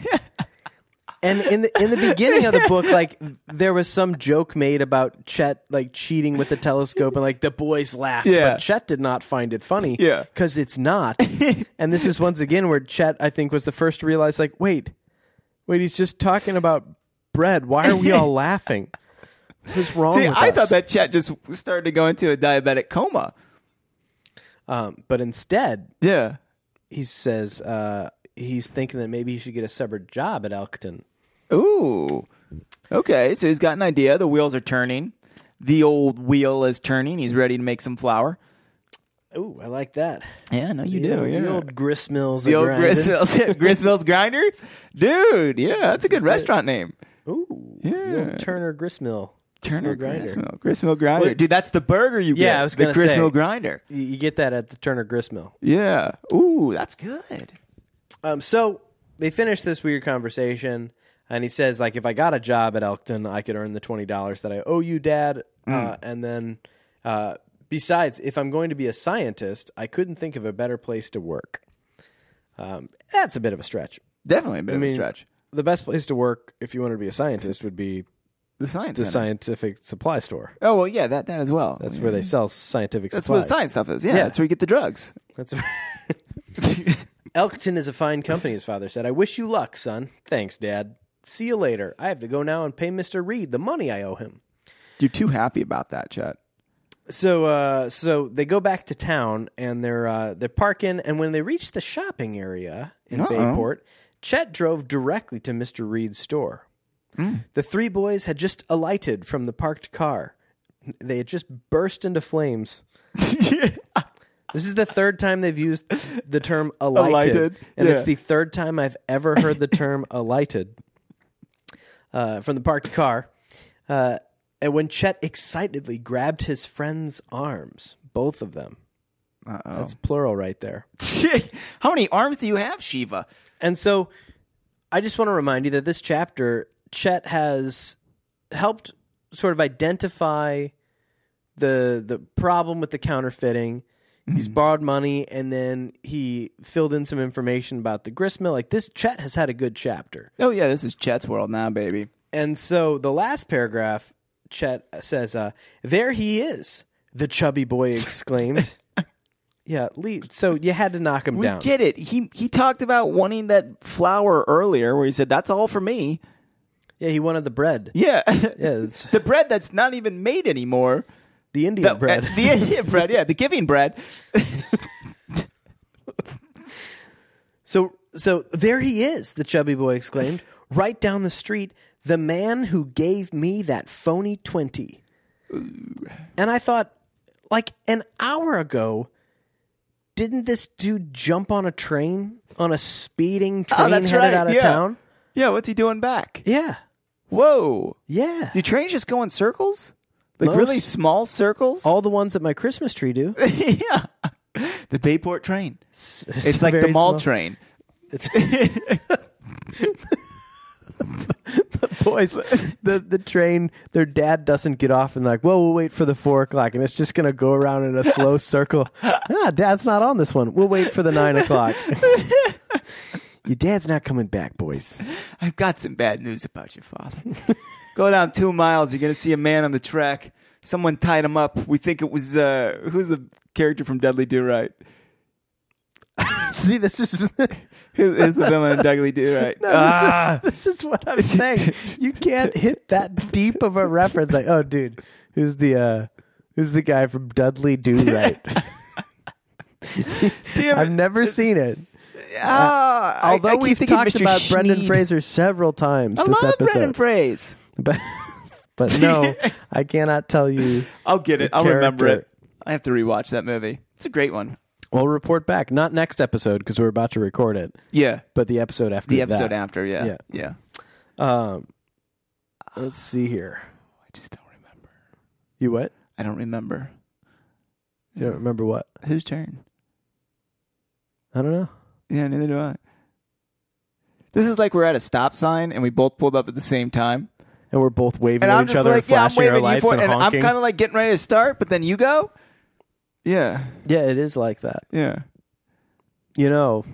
and in the in the beginning of the book, like there was some joke made about Chet like cheating with the telescope, and like the boys laughed, Yeah. but Chet did not find it funny, Yeah. because it's not. and this is once again where Chet, I think, was the first to realize, like, wait, wait, he's just talking about bread. Why are we all laughing? What's wrong See, with I us? thought that Chet just started to go into a diabetic coma. Um, but instead, Yeah. he says uh, he's thinking that maybe he should get a separate job at Elkton. Ooh. Okay, so he's got an idea. The wheels are turning. The old wheel is turning. He's ready to make some flour. Ooh, I like that. Yeah, no, you The do. old- Yeah. The old grist mills. The are old grinding. Gristmills, Gristmills Grinder? Dude, yeah, that's a good restaurant name. Ooh, the Yeah. old Turner grist mill. Grist Turner mill grinder. Gristmill. Gristmill Grinder. Wait. Dude, that's the burger you get. Yeah, I was The gonna say. Gristmill Grinder. You- You get that at the Turner grist mill. Yeah. Ooh, that's good. Um, so they finish this weird conversation, and he says, like, if I got a job at Elkton, I could earn the twenty dollars that I owe you, Dad. Uh, Hmm. and then, uh, besides, if I'm going to be a scientist, I couldn't think of a better place to work. Um, that's a bit of a stretch. Definitely a bit I of mean, a stretch. the best place to work if you wanted to be a scientist would be The science. the Center. scientific supply store. Oh, well, yeah, that, that as well. That's where they sell scientific Mm. That's where supplies. the science stuff is. Yeah, Yeah. that's where you get the drugs. That's Elkton is a fine company, his father said. I wish you luck, son. Thanks, Dad. See you later. I have to go now and pay Mr. Reed the money I owe him. You're too happy about that, Chet. So uh, so they go back to town and they're uh, they're parking and when they reach the shopping area in Bayport, Chet drove directly to Mr. Reed's store. The three boys had just alighted from the parked car. They had just burst into flames. This is the third time they've used the term alighted, Alighted, and yeah. it's the third time I've ever heard the term alighted uh, from the parked car. Uh, And when Chet excitedly grabbed his friend's arms, both of them. Uh oh. That's plural right there. How many arms do you have, Shiva? And so I just want to remind you that this chapter, Chet has helped sort of identify the the problem with the counterfeiting. Mm-hmm. He's borrowed money and then he filled in some information about the gristmill. Like this Chet has had a good chapter. Oh yeah, this is Chet's world now, baby. And so the last paragraph, Chet says, uh, there he is, the chubby boy exclaimed. yeah, Lee, so you had to knock him We down. get it. He he talked about wanting that flour earlier, where he said that's all for me. yeah, he wanted the bread. Yeah, Yeah, it's the bread that's not even made anymore. the Indian bread. Uh, the Indian bread, yeah, the giving bread. So so there he is, the chubby boy exclaimed. right down the street, the man who gave me that phony 20. And I thought like an hour ago didn't this dude jump on a train on a speeding train Oh, that's headed right, out of yeah. town? Yeah, what's he doing back? Yeah. Whoa, Yeah. do trains just go in circles? Like Most- really small circles? All the ones at my Christmas tree do. yeah, the Bayport train. It's, It's, like the very mall small. train. boys. The the train, their dad doesn't get off and like, well, we'll wait for the four o'clock, and it's just gonna go around in a slow circle. Ah, dad's not on this one. We'll wait for the nine o'clock. Your dad's not coming back, boys. I've got some bad news about your father. Go down two miles, you're gonna see a man on the track. Someone tied him up. We think it was uh, who's the character from Dudley Do Right? See, this is Who is the villain in Dudley Do Right? Ah. this is what I'm saying. You can't hit that deep of a reference. Like, oh, dude, who's the uh, who's the guy from Dudley Do Right? Damn I've it. never seen it. Ah, I- uh, Although I keep we've thinking talked Mr. about Brendan Schneed. Fraser several times I this love episode. Brendan Fraser. but but no, I cannot tell you. I'll get it. The I'll remember it. character. I have to rewatch that movie. It's a great one. We'll report back, not next episode because we're about to record it, Yeah, but the episode after the that. episode after. Yeah, Yeah. yeah. Um, let's see here. I just don't remember. You what? I don't remember You don't remember what? whose turn. I don't know. Yeah, neither do I. This is like we're at a stop sign and we both pulled up at the same time. And we're both waving And at I'm each just other, and like, yeah, I'm flashing our waving you lights for, and, and I'm honking. kind of like getting ready to start, but then you go. Yeah, yeah, it is like that. yeah. You know,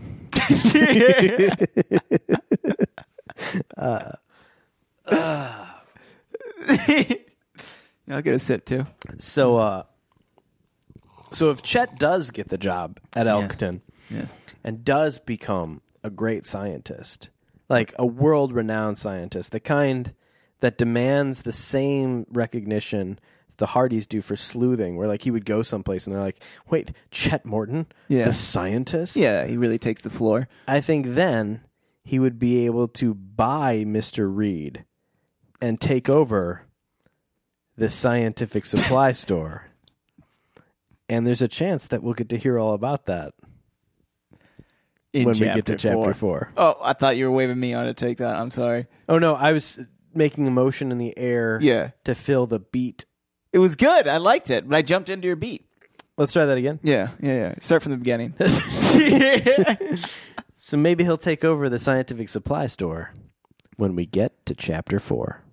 I'll get a sip too. Hmm. so uh, so if Chet does get the job at Elkton, Yeah. and does become a great scientist, like a world renowned scientist, the kind that demands the same recognition the Hardys do for sleuthing, where like he would go someplace and they're like, wait, Chet Morton? Yeah. The scientist? Yeah, he really takes the floor. I think then he would be able to buy Mr. Reed and take over the scientific supply store. And there's a chance that we'll get to hear all about that in when we get to chapter four. Oh, I thought you were waving me on to take that. I'm sorry. Oh no, I was making a motion in the air Yeah. to fill the beat. It was good. I liked it, but I jumped into your beat. Let's try that again. Yeah, yeah, yeah. Start from the beginning. So maybe he'll take over the scientific supply store when we get to chapter 4.